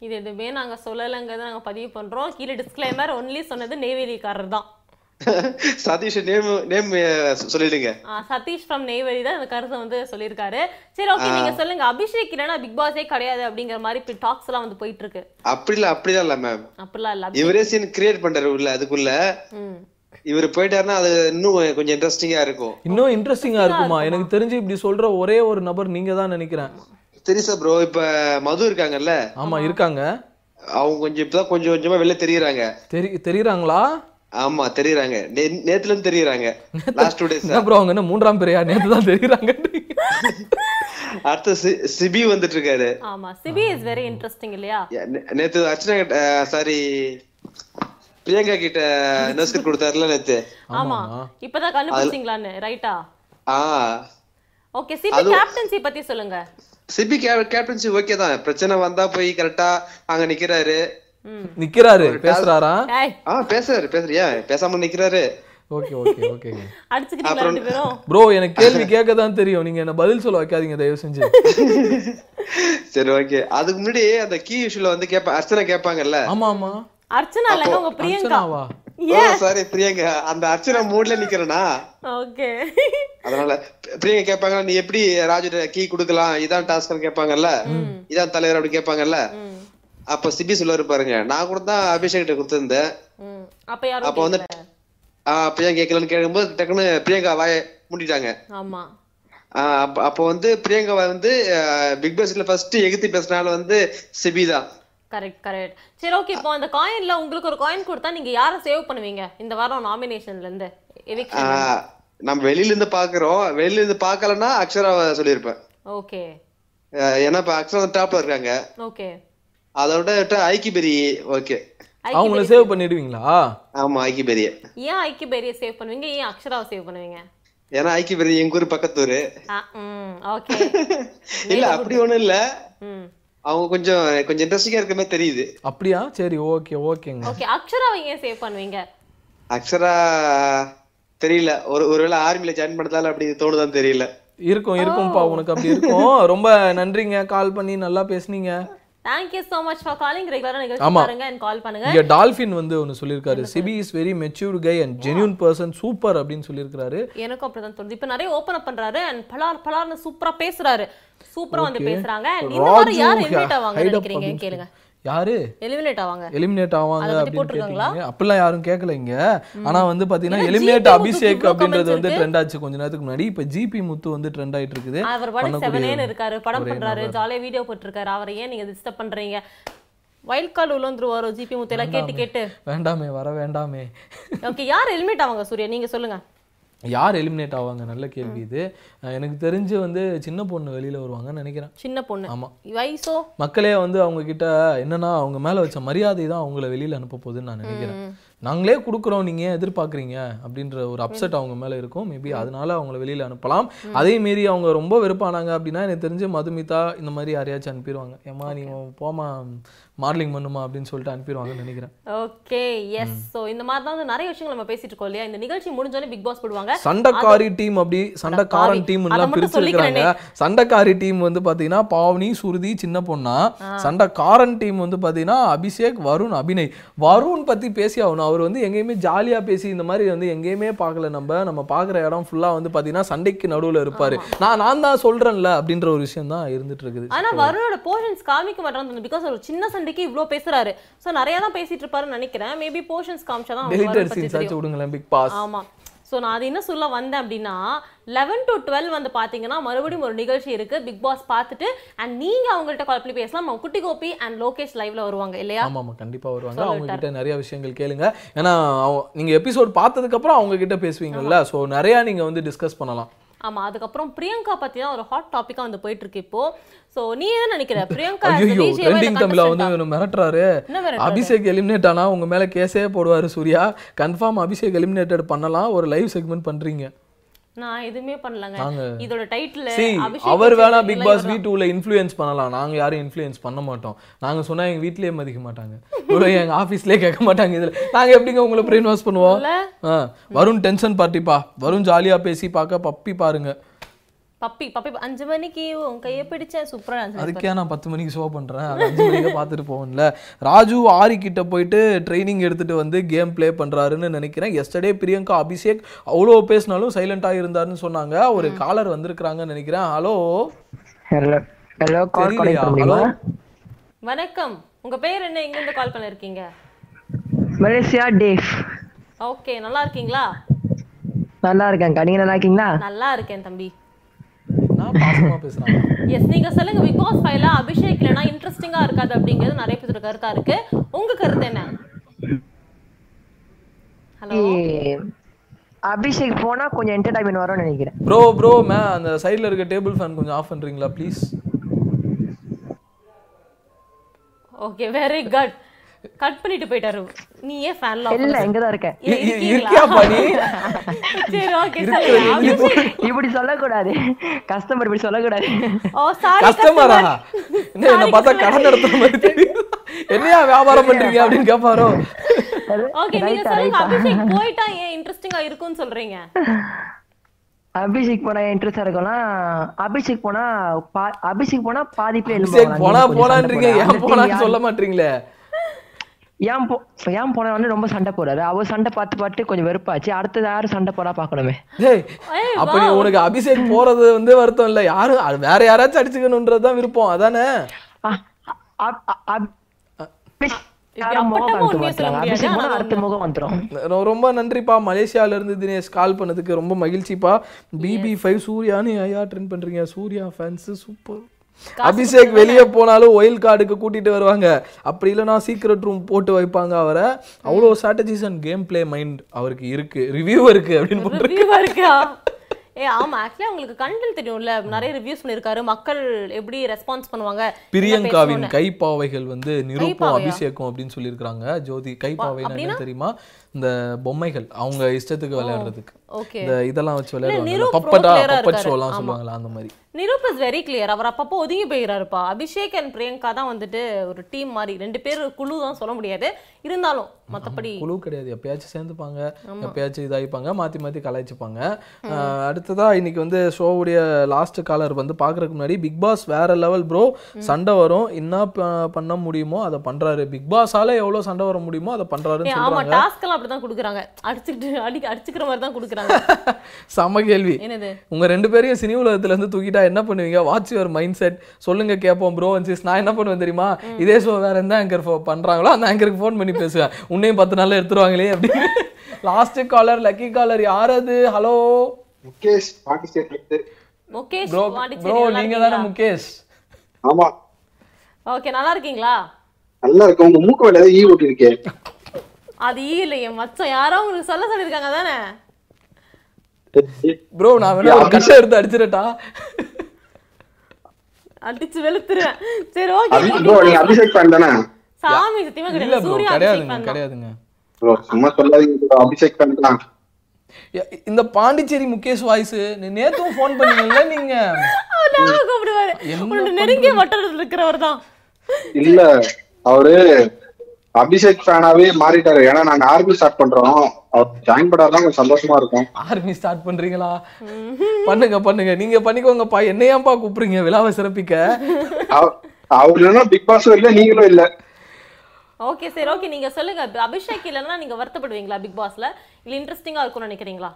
A: இது எதுவுமே நாங்க சொல்லலைங்கிறத நாங்க பதிவு பண்றோம் கீழே டிஸ்க்ளைமர் ஒன்லி சொன்னது நெய்வேலிக்காரர் தான்
N: சதீஷ் நேம் நேம் சொல்லிடுங்க
A: ஆ, சதீஷ் ஃப்ரம் நெய்வேலி தான் இந்த கருத்தை வந்து சொல்லியிருக்காரு சரி ஓகே
N: ஆ.
A: நீங்க சொல்லுங்க அபிஷேக் இல்லைன்னா பிக் பாஸே கிடையாது அப்படிங்கிற மாதிரி டாக்ஸ் எல்லாம் வந்து போயிட்டு இருக்கு
N: அப்படிலாம் அப்படிலாம் இல்ல மேம்
A: அப்படிலாம் இல்ல
N: இவரே சீன் கிரியேட் பண்றாரு உள்ள அதுக்குள்ள
A: ம்.
N: இவர் போயிட்டாருன்னா அது இன்னும் கொஞ்சம் இன்ட்ரெஸ்டிங்கா இருக்கும்
B: இன்னும் இன்ட்ரெஸ்டிங்கா இருக்குமா எனக்கு தெரிஞ்சு இப்படி சொல்ற ஒரே ஒரு நபர் நீங்க தான் நினைக்கிறேன்
N: தெரியுசா ப்ரோ இப்ப மது இருக்காங்கல்ல
B: ஆமா இருக்காங்க
N: அவங்க கொஞ்சம் இப்பதான் கொஞ்சம் கொஞ்சமா வெளில தெரியறாங்க
B: தெரி தெரியறாங்களா
N: ஆமா தெரியறாங்க நே- நேத்துல இருந்து தெரியறாங்க லாஸ்ட் டூ டேஸ்
B: என்ன ப்ரோ அவங்க என்ன மூன்றாம் பேரையா நேத்து தான் தெரியறாங்க
N: அடுத்து சி- சிபி வந்துட்டு இருக்காரு
A: ஆமா சிபி இஸ் வெரி இன்ட்ரெஸ்டிங் இல்லையா
N: நே- நேத்து அர்ச்சனா கிட்ட சாரி பிரியங்கா கிட்ட நஸ்கர் கொடுத்தாருல நேத்து
A: ஆமா இப்பதான் கண்டுபிடிச்சிங்களான்னு ரைட்டா
N: ஆ
A: ஓகே சிபி
N: அது-
A: கேப்டன்சி பத்தி சொல்லுங்க
N: சிபி கேப்டன்சி ஓகே தான் பிரச்சனை வந்தா போய் கரெக்டா அங்க நிக்கிறாரு
A: ம்.
B: நிக்கிறாரு பேசுறாரா
A: ஏய்,
N: ஆ பேசுறாரு பேசுறியா பேசாம நிக்கிறாரு
B: ஓகே ஓகே ஓகே
A: அடிச்சுக்கிறீங்களா ரெண்டு பேரும்
B: ப்ரோ எனக்கு கேள்வி கேட்க தான் தெரியும் நீங்க என்ன பதில் சொல்ல வைக்காதீங்க தயவு செஞ்சு
N: சரி ஓகே அதுக்கு முன்னாடி அந்த கீ இஷ்யூல வந்து கேப்ப அர்ச்சனா கேட்பாங்கல்ல
B: ஆமா ஆமா
A: அர்ச்சனா இல்லைங்க உங்க பிரியங்கா
N: சாரி பிரியங்கா அந்த அர்ச்சனா மூட்ல நிக்கிறனா
A: ஓகே
N: அதனால பி- பிரியங்கா கேட்பாங்க நீ எப்படி ராஜு கீ கொடுக்கலாம் இதான் டாஸ்க் கேட்பாங்கல்ல இதான் தலைவர் அப்படி கேட்பாங்கல்ல அப்ப சிபி சொல்லுவாரு பாருங்க நான் கூட தான் அபிஷேக் கிட்ட கொடுத்திருந்தேன்
A: ம். அப்ப யாரும்
N: அப்ப வந்து
A: கேக்கல.
N: ஆஹ் பிரியங்கா கேட்கலன்னு கேட்கும்போது டக்குன்னு பிரியங்கா வாய மூடிட்டாங்க
A: ஆமா
N: ஆஹ் அப்ப- அப்ப வந்து பிரியங்கா வந்து ஆஹ் பிக் பாஸ்ல ஃபர்ஸ்ட் எகுத்தி பேசினால வந்து சிபி தான்
A: கரெக்ட் கரெக்ட் சரி ஓகே இப்போ அந்த காயின்ல உங்களுக்கு ஒரு காயின் கொடுத்தா நீங்க யாரை சேவ் பண்ணுவீங்க இந்த வாரம் நாமினேஷன்ல இருந்து எவிக்ஷன்
N: ஆஹ் நம்ம வெளியில இருந்து பாக்குறோம் வெளியில இருந்து பார்க்கலன்னா அக்ஷராவை சொல்லியிருப்பேன்
A: ஓகே
N: ஆஹ் ஏன்னா இப்ப அக்ஷரா டாப்ல இருக்காங்க
A: ஓகே
N: அதோட விட்டா ஐக்கிபெரி ஓகே
B: அவங்கள சேவ் பண்ணிடுவீங்களா
N: ஆமா ஐக்கிபெரிய
A: ஏன் ஐக்கி பெரிய சேவ் பண்ணுவீங்க ஏன் அக்ஷராவை சேவ் பண்ணுவீங்க
N: ஏன்னா ஐக்கிபெரி எங்க ஊர் பக்கத்தூர்
A: ஆ ம் ஓகே
N: இல்ல அப்படி ஒண்ணும் இல்ல
A: ம்
N: அவங்க கொஞ்சம் கொஞ்சம் இன்ட்ரெஸ்டிங்கா இருக்க மாதிரி தெரியுது
B: அப்படியா சரி ஓகே ஓகேங்க
A: ஓகே அக்ஷராவை ஏன் சேவ் பண்ணுவீங்க
N: அக்ஷரா தெரியல ஒரு ஒருவேளை ஆர்மில ஜாயின் பண்ணதால அப்படி தோணுதான் தெரியல
B: இருக்கும் இருக்கும்பா உனக்கு அப்படி இருக்கும் ரொம்ப நன்றிங்க கால் பண்ணி நல்லா பேசுனீங்க
A: thank you so much for calling ரெகுலரா நிகழ்ச்சி
B: ஆமா.
A: பாருங்க and கால் பண்ணுங்க
B: இங்க டால்ஃபின் வந்து ஒன்னு சொல்லியிருக்காரு Cibi is very mature guy and genuine person super அப்படின்னு சொல்லியிருக்காரு
A: எனக்கும் அப்படிதான் தோணுது இப்ப நிறைய ஓபன் அப் பண்றாரு அண்ட் பலார் பலார்னு சூப்பரா பேசுறாரு சூப்பரா வந்து
B: Okay.
A: பேசுறாங்க and இந்த மாதிரி
B: ராஜு
A: யார்
B: ஹை-
A: எலிமினேட் ஆவாங்க
B: ஹைடப்
A: நினைக்கிறீங்க
B: அப்படின்னு
A: கேளுங்க
B: யாரு
A: எலிமினேட் ஆவாங்க
B: எலிமினேட் ஆவாங்க
A: அதை பத்தி
B: அப்படின்னு
A: போட்டிருக்காங்களா?
B: கேட்டீங்க அப்படிலாம் யாரும் கேட்கல இங்க ஆனா வந்து பாத்தீங்கன்னா
A: ஏன்னா
B: எலிமினேட்
A: GP முத்துக்கு
B: அபிஷேக்
A: இவ்ளோ
B: அப்படின்றது
A: comments
B: வந்து
A: இருக்கு.
B: ட்ரெண்ட் ஆச்சு கொஞ்ச நேரத்துக்கு முன்னாடி இப்ப ஜிபி முத்து வந்து ட்ரெண்ட் ஆயிட்டு இருக்குது
A: அவர் பாட்டு
B: பண்ணக்கூடிய
A: செவனேன்னு இருக்காரு படம்
B: ஒரே
A: பண்றாரு
B: நபர்.
A: ஜாலியா வீடியோ போட்டிருக்காரு அவரை ஏன் நீங்க டிஸ்டர்ப் பண்றீங்க வைல்ட் கார்டு உள்ள வந்துருவாரோ ஜிபி முத்தையில கேட்டு கேட்டு
B: வேண்டாமே வர வேண்டாமே
A: ஓகே யார் எலிமினேட் ஆவாங்க சூர்யா நீங்க சொல்லுங்க
B: யார் எலிமினேட் ஆவாங்க நல்ல கேள்வி இது அஹ் எனக்கு தெரிஞ்சு வந்து சின்ன பொண்ணு வெளியில வருவாங்கன்னு நினைக்கிறேன்
A: சின்ன பொண்ணு
B: ஆமா
A: வயசோ
B: மக்களே வந்து அவங்க கிட்ட என்னன்னா அவங்க மேல வச்ச மரியாதை தான் அவங்கள வெளியில அனுப்ப போகுதுன்னு நான் நினைக்கிறேன் நாங்களே கொடுக்குறோம் நீங்க ஏன் எதிர்பார்க்குறீங்க அப்படின்ற ஒரு அப்செட் அவங்க மேல இருக்கும் மேபி அதனால அவங்கள வெளியில அனுப்பலாம் அதே மீறி அவங்க ரொம்ப வெறுப்பானாங்க அப்படின்னா எனக்கு தெரிஞ்சு மதுமிதா இந்த மாதிரி யாரையாச்சும் அனுப்பிடுவாங்க ஏமா நீ போமா மாடலிங் பண்ணுமா அப்படின்னு சொல்லிட்டு அனுப்பிடுவாங்கன்னு நினைக்கிறேன்
A: ஓகே எஸ் சோ இந்த மாதிரி தான் வந்து நிறைய விஷயங்கள் நம்ம பேசிட்டு இருக்கோம் இல்லையா இந்த நிகழ்ச்சி முடிஞ்சோடனே பிக் பாஸ் போடுவாங்க
B: சண்டைக்காரி டீம் அப்படி
A: பாவி.
B: சண்டைக்காரன் டீம்
A: அதை
B: எல்லாம்
A: மட்டும்
B: பிரிச்சிருக்காங்க சண்டைக்காரி டீம் வந்து பாத்தீங்கன்னா பாவனி சுருதி சின்ன பொண்ணா
A: ஆ.
B: சண்டைக்காரன் டீம் வந்து பாத்தீங்கன்னா அபிஷேக் வருண் அபிநய் வருண் பத்தி பேசி ஆகணும் அவர் வந்து எங்கேயுமே ஜாலியா பேசி இந்த மாதிரி வந்து எங்கேயுமே பார்க்கல நம்ம நம்ம பார்க்குற இடம் ஃபுல்லா வந்து பாத்தீங்கன்னா சண்டைக்கு நடுவுல இருப்பாரு நான் நான் தான் சொல்றேன்ல அப்படின்ற ஒரு விஷயம் தான் இருந்துட்டு இருக்குது
A: ஆனா வருணோட போர்ஷன்ஸ் காமிக்க மாட்டாங்க பிகாஸ் ஒரு சின்ன சண்டைக்கு இவ்ளோ பேசுறாரு சோ நிறைய தான் பேசிட்டு இருப்பாருன்னு நினைக்கிறேன் மேபி போர்ஷன்ஸ் காமிச்சாதான் அவங்களுக்கு வருண்
B: டெலிட்டட்
A: பத்தி
B: சீன்ஸ்
A: தெரியும்.
B: ஆச்சு விடுங்களேன் பிக் பாஸ்
A: ஆமா ஸோ நான் அது என்ன சொல்ல வந்தேன் அப்படின்னா லெவன் to டுவெல் வந்து பார்த்தீங்கன்னா மறுபடியும் ஒரு நிகழ்ச்சி இருக்கு பிக் பாஸ் பார்த்துட்டு அண்ட் நீங்க அவங்கள்ட்ட கால் பண்ணி பேசலாம் நம்ம குட்டி கோபி அண்ட் லோகேஷ் லைவ்ல வருவாங்க இல்லையா
B: ஆமா ஆமா கண்டிப்பா வருவாங்க
A: சொல்லிட்டாரு.
B: அவங்க கிட்ட நிறைய விஷயங்கள் கேளுங்க ஏன்னா அவங்க- நீங்க எபிசோட் பார்த்ததுக்கு அப்புறம் அவங்க கிட்ட பேசுவீங்கல்ல சோ நிறைய நீங்க வந்து டிஸ்கஸ் பண்ணலாம்
A: ஆமா அதுக்கப்புறம் பிரியங்கா பத்தி தான் ஒரு ஹாட் டாபிக்கா வந்து போயிட்டு இருக்கு இப்போ ஸோ நீ என்ன நினைக்கிற பிரியங்கா as a
B: ஐயோ
A: DJ வா இல்ல
B: ட்ரெண்டிங் தமிழா
A: contestant
B: வந்து
A: ஆ?
B: இவனை மிரட்டுறாரு
A: என்ன மிரட்டுறாரு?
B: அபிஷேக் எலிமினேட் ஆனா உங்க மேல கேஸே போடுவாரு சூர்யா கன்ஃபார்ம் அபிஷேக் எலிமினேட்டட் பண்ணலாம் ஒரு லைவ் செக்மெண்ட் பண்றீங்க
A: நான் எதுவுமே பண்ணலங்க
B: நாங்க
A: இதோட டைட்டில்
B: See, அவர் வேணா பிக் பாஸ் வி டூல இன்ஃப்ளூயன்ஸ் பண்ணலாம் நாங்க யாரும் இன்ஃப்ளூயன்ஸ் பண்ண மாட்டோம் நாங்க சொன்னா எங்க வீட்லயே மதிக்க மாட்டாங்க இவ்வளோ எங்க ஆபீஸ்லயே கேட்க மாட்டாங்க இதுல நாங்க எப்படிங்க உங்களை பிரெயின் வாஷ் பண்ணுவோம்
A: இல்ல.
B: ஆ, வருண் டென்ஷன் பார்ட்டிப்பா வருண் ஜாலியா பேசி பார்க்க பப்பி பாருங்க
A: பப்பி பப்பி அஞ்சு மணிக்கு உன் கையை பிடிச்சேன் சூப்பரா dance
B: அதுக்கே நான் பத்து மணிக்கு ஷோ பண்றேன் அது அஞ்சு மணிக்கு பார்த்துட்டு போகணும்ல ராஜு ஆரி கிட்ட போயிட்டு ட்ரைனிங் எடுத்துட்டு வந்து கேம் ப்ளே பண்றாருன்னு நினைக்கிறேன் எஸ்டர்டே பிரியங்கா அபிஷேக் அவ்வளோ பேசினாலும் சைலண்டா இருந்தாருன்னு சொன்னாங்க ஒரு காலர் வந்திருக்கிறாங்கன்னு நினைக்கிறேன் ஹலோ
O: ஹலோ ஹலோ கால்
B: தெரியலையா?
O: பண்ண முடியுமா
B: ஹலோ?
A: வணக்கம் உங்க பேர் என்ன எங்க இருந்து கால் பண்ணிருக்கீங்க
O: மலேசியா டேவ்
A: ஓகே நல்லா இருக்கீங்களா
O: நல்லா இருக்கேன்க்கா நீங்க நல்லா இருக்கீங்களா
A: நல்லா இருக்கேன் தம்பி
B: நான் பாசமா பேசுறாங்க
A: எஸ் நீங்க சொல்லுங்க பிக் பாஸ் ஃபைவ்ல அபிஷேக் இல்லனா இன்ட்ரெஸ்டிங்கா இருக்காது அப்படிங்கிறது நிறைய பேர் கருத்தா இருக்கு உங்க கருத்து என்ன
O: ஏய், அபிஷேக் போனா கொஞ்சம் என்டர்டைன்மெண்ட் வரும்னு நினைக்கிறேன்
B: ப்ரோ ப்ரோ மே அந்த சைடுல இருக்க டேபிள் ஃபேன் கொஞ்சம் ஆஃப் பண்றீங்களா please
A: okay very good cut பண்ணிட்டு போயிட்டாரு நீ ஏன் ஃபேன்ல
O: இல்ல எங்கதான் இருக்கேன்
A: இருக்கியா பாணி? சரி ஓகே சரி அபிஷேக்
O: இப்படி சொல்லக்கூடாது கஸ்டமர் இப்படி சொல்லக்கூடாது
A: ஓ சாரி
B: கஸ்டமரா என்ன என்ன பார்த்தா கடன் நடத்துற மாதிரி தெரியுது. என்னையா வியாபாரம் பண்றீங்க அப்படின்னு கேட்பாரோ
A: ஓகே நீங்க
O: ரைட்டா,
A: சொல்லுங்க
O: ரைட்டா.
A: அபிஷேக் போயிட்டா ஏன் இன்ட்ரெஸ்டிங்கா இருக்கும்னு சொல்றீங்க
O: அபிஷேக் போனா இன்ட்ரெஸ்டா இருக்கலாம் அபிஷேக் போனா பா- அபிஷேக் போனா பாதி பேர்
B: அபிஷேக் போனா போலான்றீங்க ஏன் போலான்னு சொல்ல மாட்டீங்களே
O: ஏன் போ ஏன் போனா வந்து ரொம்ப சண்டை போறாரு அவர் சண்டை பார்த்து பார்த்து கொஞ்சம் வெறுப்பாச்சு அடுத்தது யாரும் சண்டை போடா பாக்கணுமே
B: டேய் அப்ப நீ உனக்கு அபிஷேக் போறது வந்து வருத்தம் இல்ல யாரும் அது வேற யாராச்சும் அடிச்சுக்கணும்ன்றதுதான் விருப்பம் அதானே
O: யாரும் முகம்
A: அப்பட்டமா
O: காமிக்க
A: உண்மையை சொல்ல
O: மாட்டாங்க
A: முடியாது,
O: அபிஷேக் போனா
A: அது
O: அடுத்த முகம் வந்துரும்
B: ரொ- ரொம்ப நன்றிப்பா மலேசியால இருந்து தினேஷ் கால் பண்ணதுக்கு ரொம்ப மகிழ்ச்சிப்பா பிபி ஃபைவ் சூர்யான்னு ஐயா ட்ரெண்ட் பண்றீங்க சூர்யா ஃபேன்ஸ் சூப்பர் அபிஷேக் வெளியே போனாலும் ஒயில் கார்டுக்கு கூட்டிட்டு வருவாங்க அப்படி இல்லைனா சீக்ரெட் ரூம் போட்டு வைப்பாங்க அவரை அவ்வளோ strategies and game play mind அவருக்கு இருக்கு ரிவ்யூ இருக்கு அப்படின்னு போட்டிருக்கு
A: ரிவ்யூவா இருக்கா ஏ ஆமா ஆக்சுவலி உங்களுக்கு கண்டல் தெரியும்ல நிறைய ரிவ்யூஸ் பண்ணிருக்காரு மக்கள் எப்படி ரெஸ்பான்ஸ் பண்ணுவாங்க என்ன
B: பிரியங்காவின்
A: பேசணும்னு.
B: கைப்பாவைகள் வந்து நிரூபம்
A: கைப்பாவையா?
B: அபிஷேகம் அப்படின்னு சொல்லியிருக்கிறாங்க ஜோதி கைப்பாவைன்னா
A: அப்படின்னா?
B: என்ன தெரியுமா இந்த பொம்மைகள் அவங்க இஷ்டத்துக்கு விளையாடுறதுக்கு
A: ஓகே
B: இந்த இதெல்லாம் வச்சு
A: நிரூப்
B: விளையாடுவாங்க
A: pro
B: பப்பட்டா
A: player-ஆ
B: பப்பட்
A: இருக்காரு.
B: ஷோலாம்
A: ஆமா.
B: சொல்லுவாங்களா அந்த மாதிரி
A: நிரூப் இஸ் வெரி கிளியர் அவர் அப்பப்போ ஒதுங்கி போயிடறாருப்பா அபிஷேக் அண்ட் பிரியங்கா தான் வந்துட்டு ஒரு டீம் மாதிரி ரெண்டு பேர் குழு தான் சொல்ல முடியாது இருந்தாலும் மத்தபடி
B: குழு கிடையாது எப்பயாச்சும் சேர்ந்துப்பாங்க
A: ஆமா.
B: எப்பயாச்சும் இதாகிப்பாங்க மாற்றி மாற்றி கலாய்ச்சிப்பாங்க அஹ், அடுத்ததா இன்னைக்கு வந்து ஷோவுடைய லாஸ்ட் காலர் வந்து பார்க்கறதுக்கு முன்னாடி பிக் பாஸ் வேற லெவல் ப்ரோ சண்டை வரும் என்ன ப- பண்ண முடியுமோ அதை பண்றாரு பிக் பாஸால எவ்வளோ சண்டை வர முடியுமோ அதை
A: ஏ,
B: பண்றாருன்னு
A: ஆமா
B: சொல்றாங்க
A: டாஸ்க் எல்லாம் அப்படிதான் குடுக்குறாங்க அடிச்சுக்கிட்டு அடி அடிச்சுக்கிற மாதிரி தான் குடுக்குறாங்க
B: சம கேள்வி
A: என்னது
B: உங்க ரெண்டு பேரையும் சினி உலகத்துல இருந்து தூக்கிட்டா என்ன பண்ணுவீங்க வாட்ச் யுவர் மைண்ட் செட் சொல்லுங்க கேட்போம் ப்ரோ சிஸ் நான் என்ன பண்ணுவேன் தெரியுமா இதே ஷோ வேற எந்த ஆங்கர் பண்றாங்களோ அந்த ஆங்கருக்கு ஃபோன் பண்ணி பேசுவேன் உன்னையும் பத்து நாள்ல எடுத்துருவாங்களே அப்படின்னு லாஸ்ட் காலர் லக்கி காலர் யார் அது hello
P: Mukesh Pondicherry
A: Mukesh
B: bro bro நீங்க தானே முகேஷ்
P: ஆமா
A: ஓகே நல்லா இருக்கீங்களா
P: நல்லா இருக்கு உங்க மூக்கு வேலை ஈ ஓட்டி இருக்கேன்
A: அது ஈ இல்லையே மச்சம் யாரோ உங்களுக்கு சொல்ல சொல்லியிருக்காங்க தானே
B: ப்ரோ நான் வேணா ஒரு கட்டை எடுத்து அடிச்சிடட்டா
A: அடிச்சு வெளுத்துருவேன் சரி ஓகே
P: ப்ரோ நீங்க அபிஷேக் ஃபேன் தானே
A: சாமி சத்தியமா
B: இல்ல
A: கிடையாது
B: ப்ரோ
A: சூர்யா அபிஷேக்
B: கிடையாதுங்க
A: fan தான்.
B: கிடையாதுங்க
P: ப்ரோ சும்மா சொல்லாதீங்க bro. அபிஷேக் ஃபேன் தான்
B: இந்த பாண்டிச்சேரி முகேஷ் வாய்ஸ் நேத்தும் ஃபோன் பண்ணீங்கல்ல நீங்க
A: அவர் ஞாபகம் கூப்பிடுவாரு
B: என்ன
A: உன்னோட நெருங்கிய வட்டாரத்தில் இருக்கிறவர் தான்
P: இல்ல அவரு அபிஷேக் ஃபேனாவே மாறிட்டாரு ஏன்னா நாங்க ஆர்மி ஸ்டார்ட் பண்றோம் அவர் ஜாயின் பண்ணாதான் கொஞ்சம் சந்தோஷமா இருக்கும்
B: ஆர்மி ஸ்டார்ட் பண்றீங்களா பண்ணுங்க பண்ணுங்க நீங்க பண்ணிக்கோங்கப்பா என்னையாப்பா கூப்பிடுறீங்க விழாவை சிறப்பிக்க
P: அவ- அவர் இல்லைன்னா பிக் பாஸும் இல்ல நீங்களும் இல்ல
A: ஓகே சரி ஓகே நீங்க சொல்லுங்க இப்ப அபிஷேக் இல்லைன்னா நீங்க வருத்தப்படுவீங்களா பிக் பாஸ்ல இல்ல இன்ட்ரெஸ்டிங்கா இருக்கும்னு நினைக்கிறீங்களா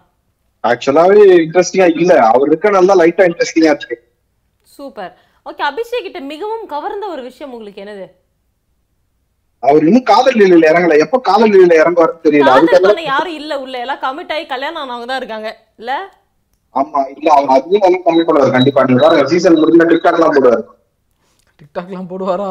P: ஆக்சுவலாவே இன்ட்ரெஸ்டிங்கா இல்ல அவர் இருக்க நல்லா லைட்டா இன்ட்ரெஸ்டிங்கா இருக்கு
A: சூப்பர் ஓகே அபிஷேக் கிட்ட மிகவும் கவர்ந்த ஒரு விஷயம் உங்களுக்கு என்னது
P: அவர் இன்னும் காதல் நிலையில இறங்கல எப்ப காதல் நிலையில இறங்குவாருன்னு தெரியல
A: காதல்
P: அதுக்காக
A: பண்ண யாரும் இல்ல உள்ள எல்லாம் கமிட் ஆகி கல்யாணம் ஆனவங்க தான் இருக்காங்க இல்ல
P: ஆமா இல்ல அவர் அதையும் ஒண்ணும் பண்ணி போடுவாரு கண்டிப்பா சீசன் முடிஞ்ச டிக்டாக் எல்லாம் போடுவாரு
B: டிக்டாக்லாம் போடுவாரா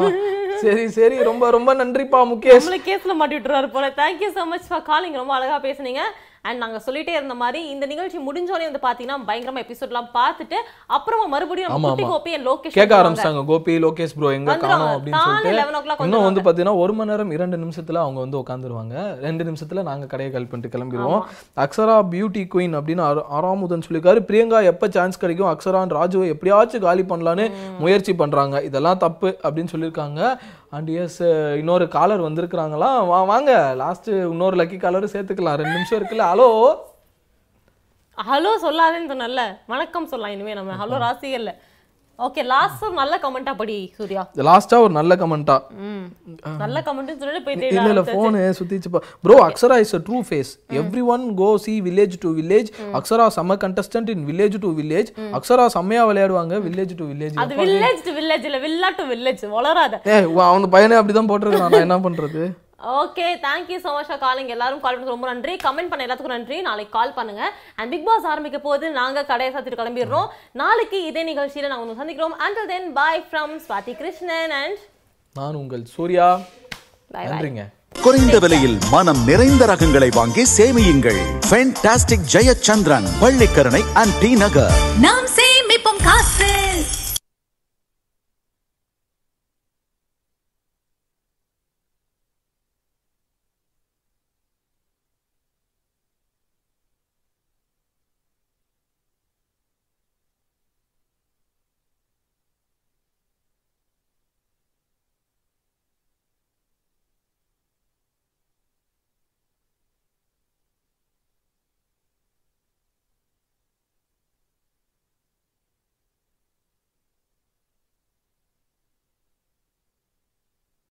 B: சரி சரி ரொம்ப ரொம்ப நன்றிப்பா முகேஷ்
A: நம்மள கேஸ்ல மாட்டி விட்டுறாரு போல thank you so much for calling ரொம்ப அழகா பேசுனீங்க அண்ட் நாங்க சொல்லிட்டே இருந்த மாதிரி இந்த நிகழ்ச்சி முடிஞ்சோடனே வந்து பாத்தீங்கன்னா பயங்கரமா எபிசோட்லாம் பார்த்துட்டு அப்புறமா மறுபடியும்
B: ஆமா
A: நம்ம குட்டி
B: ஆமா
A: கோப்பி அண்ட் லோகேஷ்
B: கேட்க
A: வருவாங்க.
B: ஆரம்பிச்சாங்க கோபி லோகேஷ் ப்ரோ எங்க
A: வந்துருவாங்க.
B: காணோம் அப்படின்னு
A: தானே
B: சொல்லிட்டு
A: 11 o'clock
B: இன்னும் வந்து பாத்தீங்கன்னா ஒரு மணி நேரம் இரண்டு நிமிஷத்துல அவங்க வந்து உட்காந்துருவாங்க ரெண்டு நிமிஷத்துல நாங்க கடையை கால் பண்ணிட்டு கிளம்பிடுவோம் அக்ஷரா பியூட்டி குயின் அப்படின்னு அர- ஆறாமுதன் சொல்லியிருக்காரு பிரியங்கா எப்ப சான்ஸ் கிடைக்கும் அக்ஷரான் ராஜுவை எப்படியாச்சும் காலி பண்ணலான்னு முயற்சி பண்றாங்க இதெல்லாம் தப்பு அப்படின்னு சொல்லியிருக்காங்க அண்ட் எஸ் இன்னொரு காலர் வந்திருக்கிறாங்களா வா வாங்க லாஸ்ட் இன்னொரு லக்கி காலரும் சேர்த்துக்கலாம் ரெண்டு நிமிஷம் இருக்குல்ல ஹலோ
A: ஹலோ சொல்லாதேன்னு சொன்னல வணக்கம் சொல்லலாம் இனிமே நம்ம ஹலோ ராசியே இல்ல ஓகே லாஸ்ட் நல்ல கமெண்டா படி சூர்யா
B: லாஸ்டா ஒரு நல்ல கமெண்டா
A: ம் நல்ல கமெண்ட் சொல்லிட்டு போய்
B: இல்ல இல்ல
A: தேடலாம்
B: போன் சுத்திச்சுப்பா bro Akshara is a true face everyone go see village to village Akshara செம்ம contestant in village to village Akshara செம்மையா விளையாடுவாங்க வில்லேஜ் டு வில்லேஜ்
A: அது வில்லேஜ் டு வில்லேஜ் இல்ல வில்லா டு வில்லேஜ் வளராத
B: ஏ அவங்க பையனே அப்படிதான் போட்டிருக்கான் நான் என்ன பண்றது
A: okay thank you so much calling எல்லாரும் கால் பண்ண ரொம்ப நன்றி கமெண்ட் பண்ண எல்லாத்துக்கும் நன்றி நாளைக்கு கால் பண்ணுங்க அண்ட் பிக் பாஸ் ஆரம்பிக்க போது நாங்க கடையை சாத்திட்டு கிளம்பிடுறோம் நாளைக்கு இதே நிகழ்ச்சியில நாங்க உங்களுக்கு சந்திக்கிறோம் until then bye from Swathi Krishnan and
B: நான் உங்கள் சூர்யா
A: Bye, bye.
B: நன்றிங்க
Q: குறைந்த விலையில் மனம் நிறைந்த ரகங்களை வாங்கி சேமியுங்கள் fantastic Jayachandran Pallikaranai and T Nagar
R: நாம் சேமிப்போம் காசு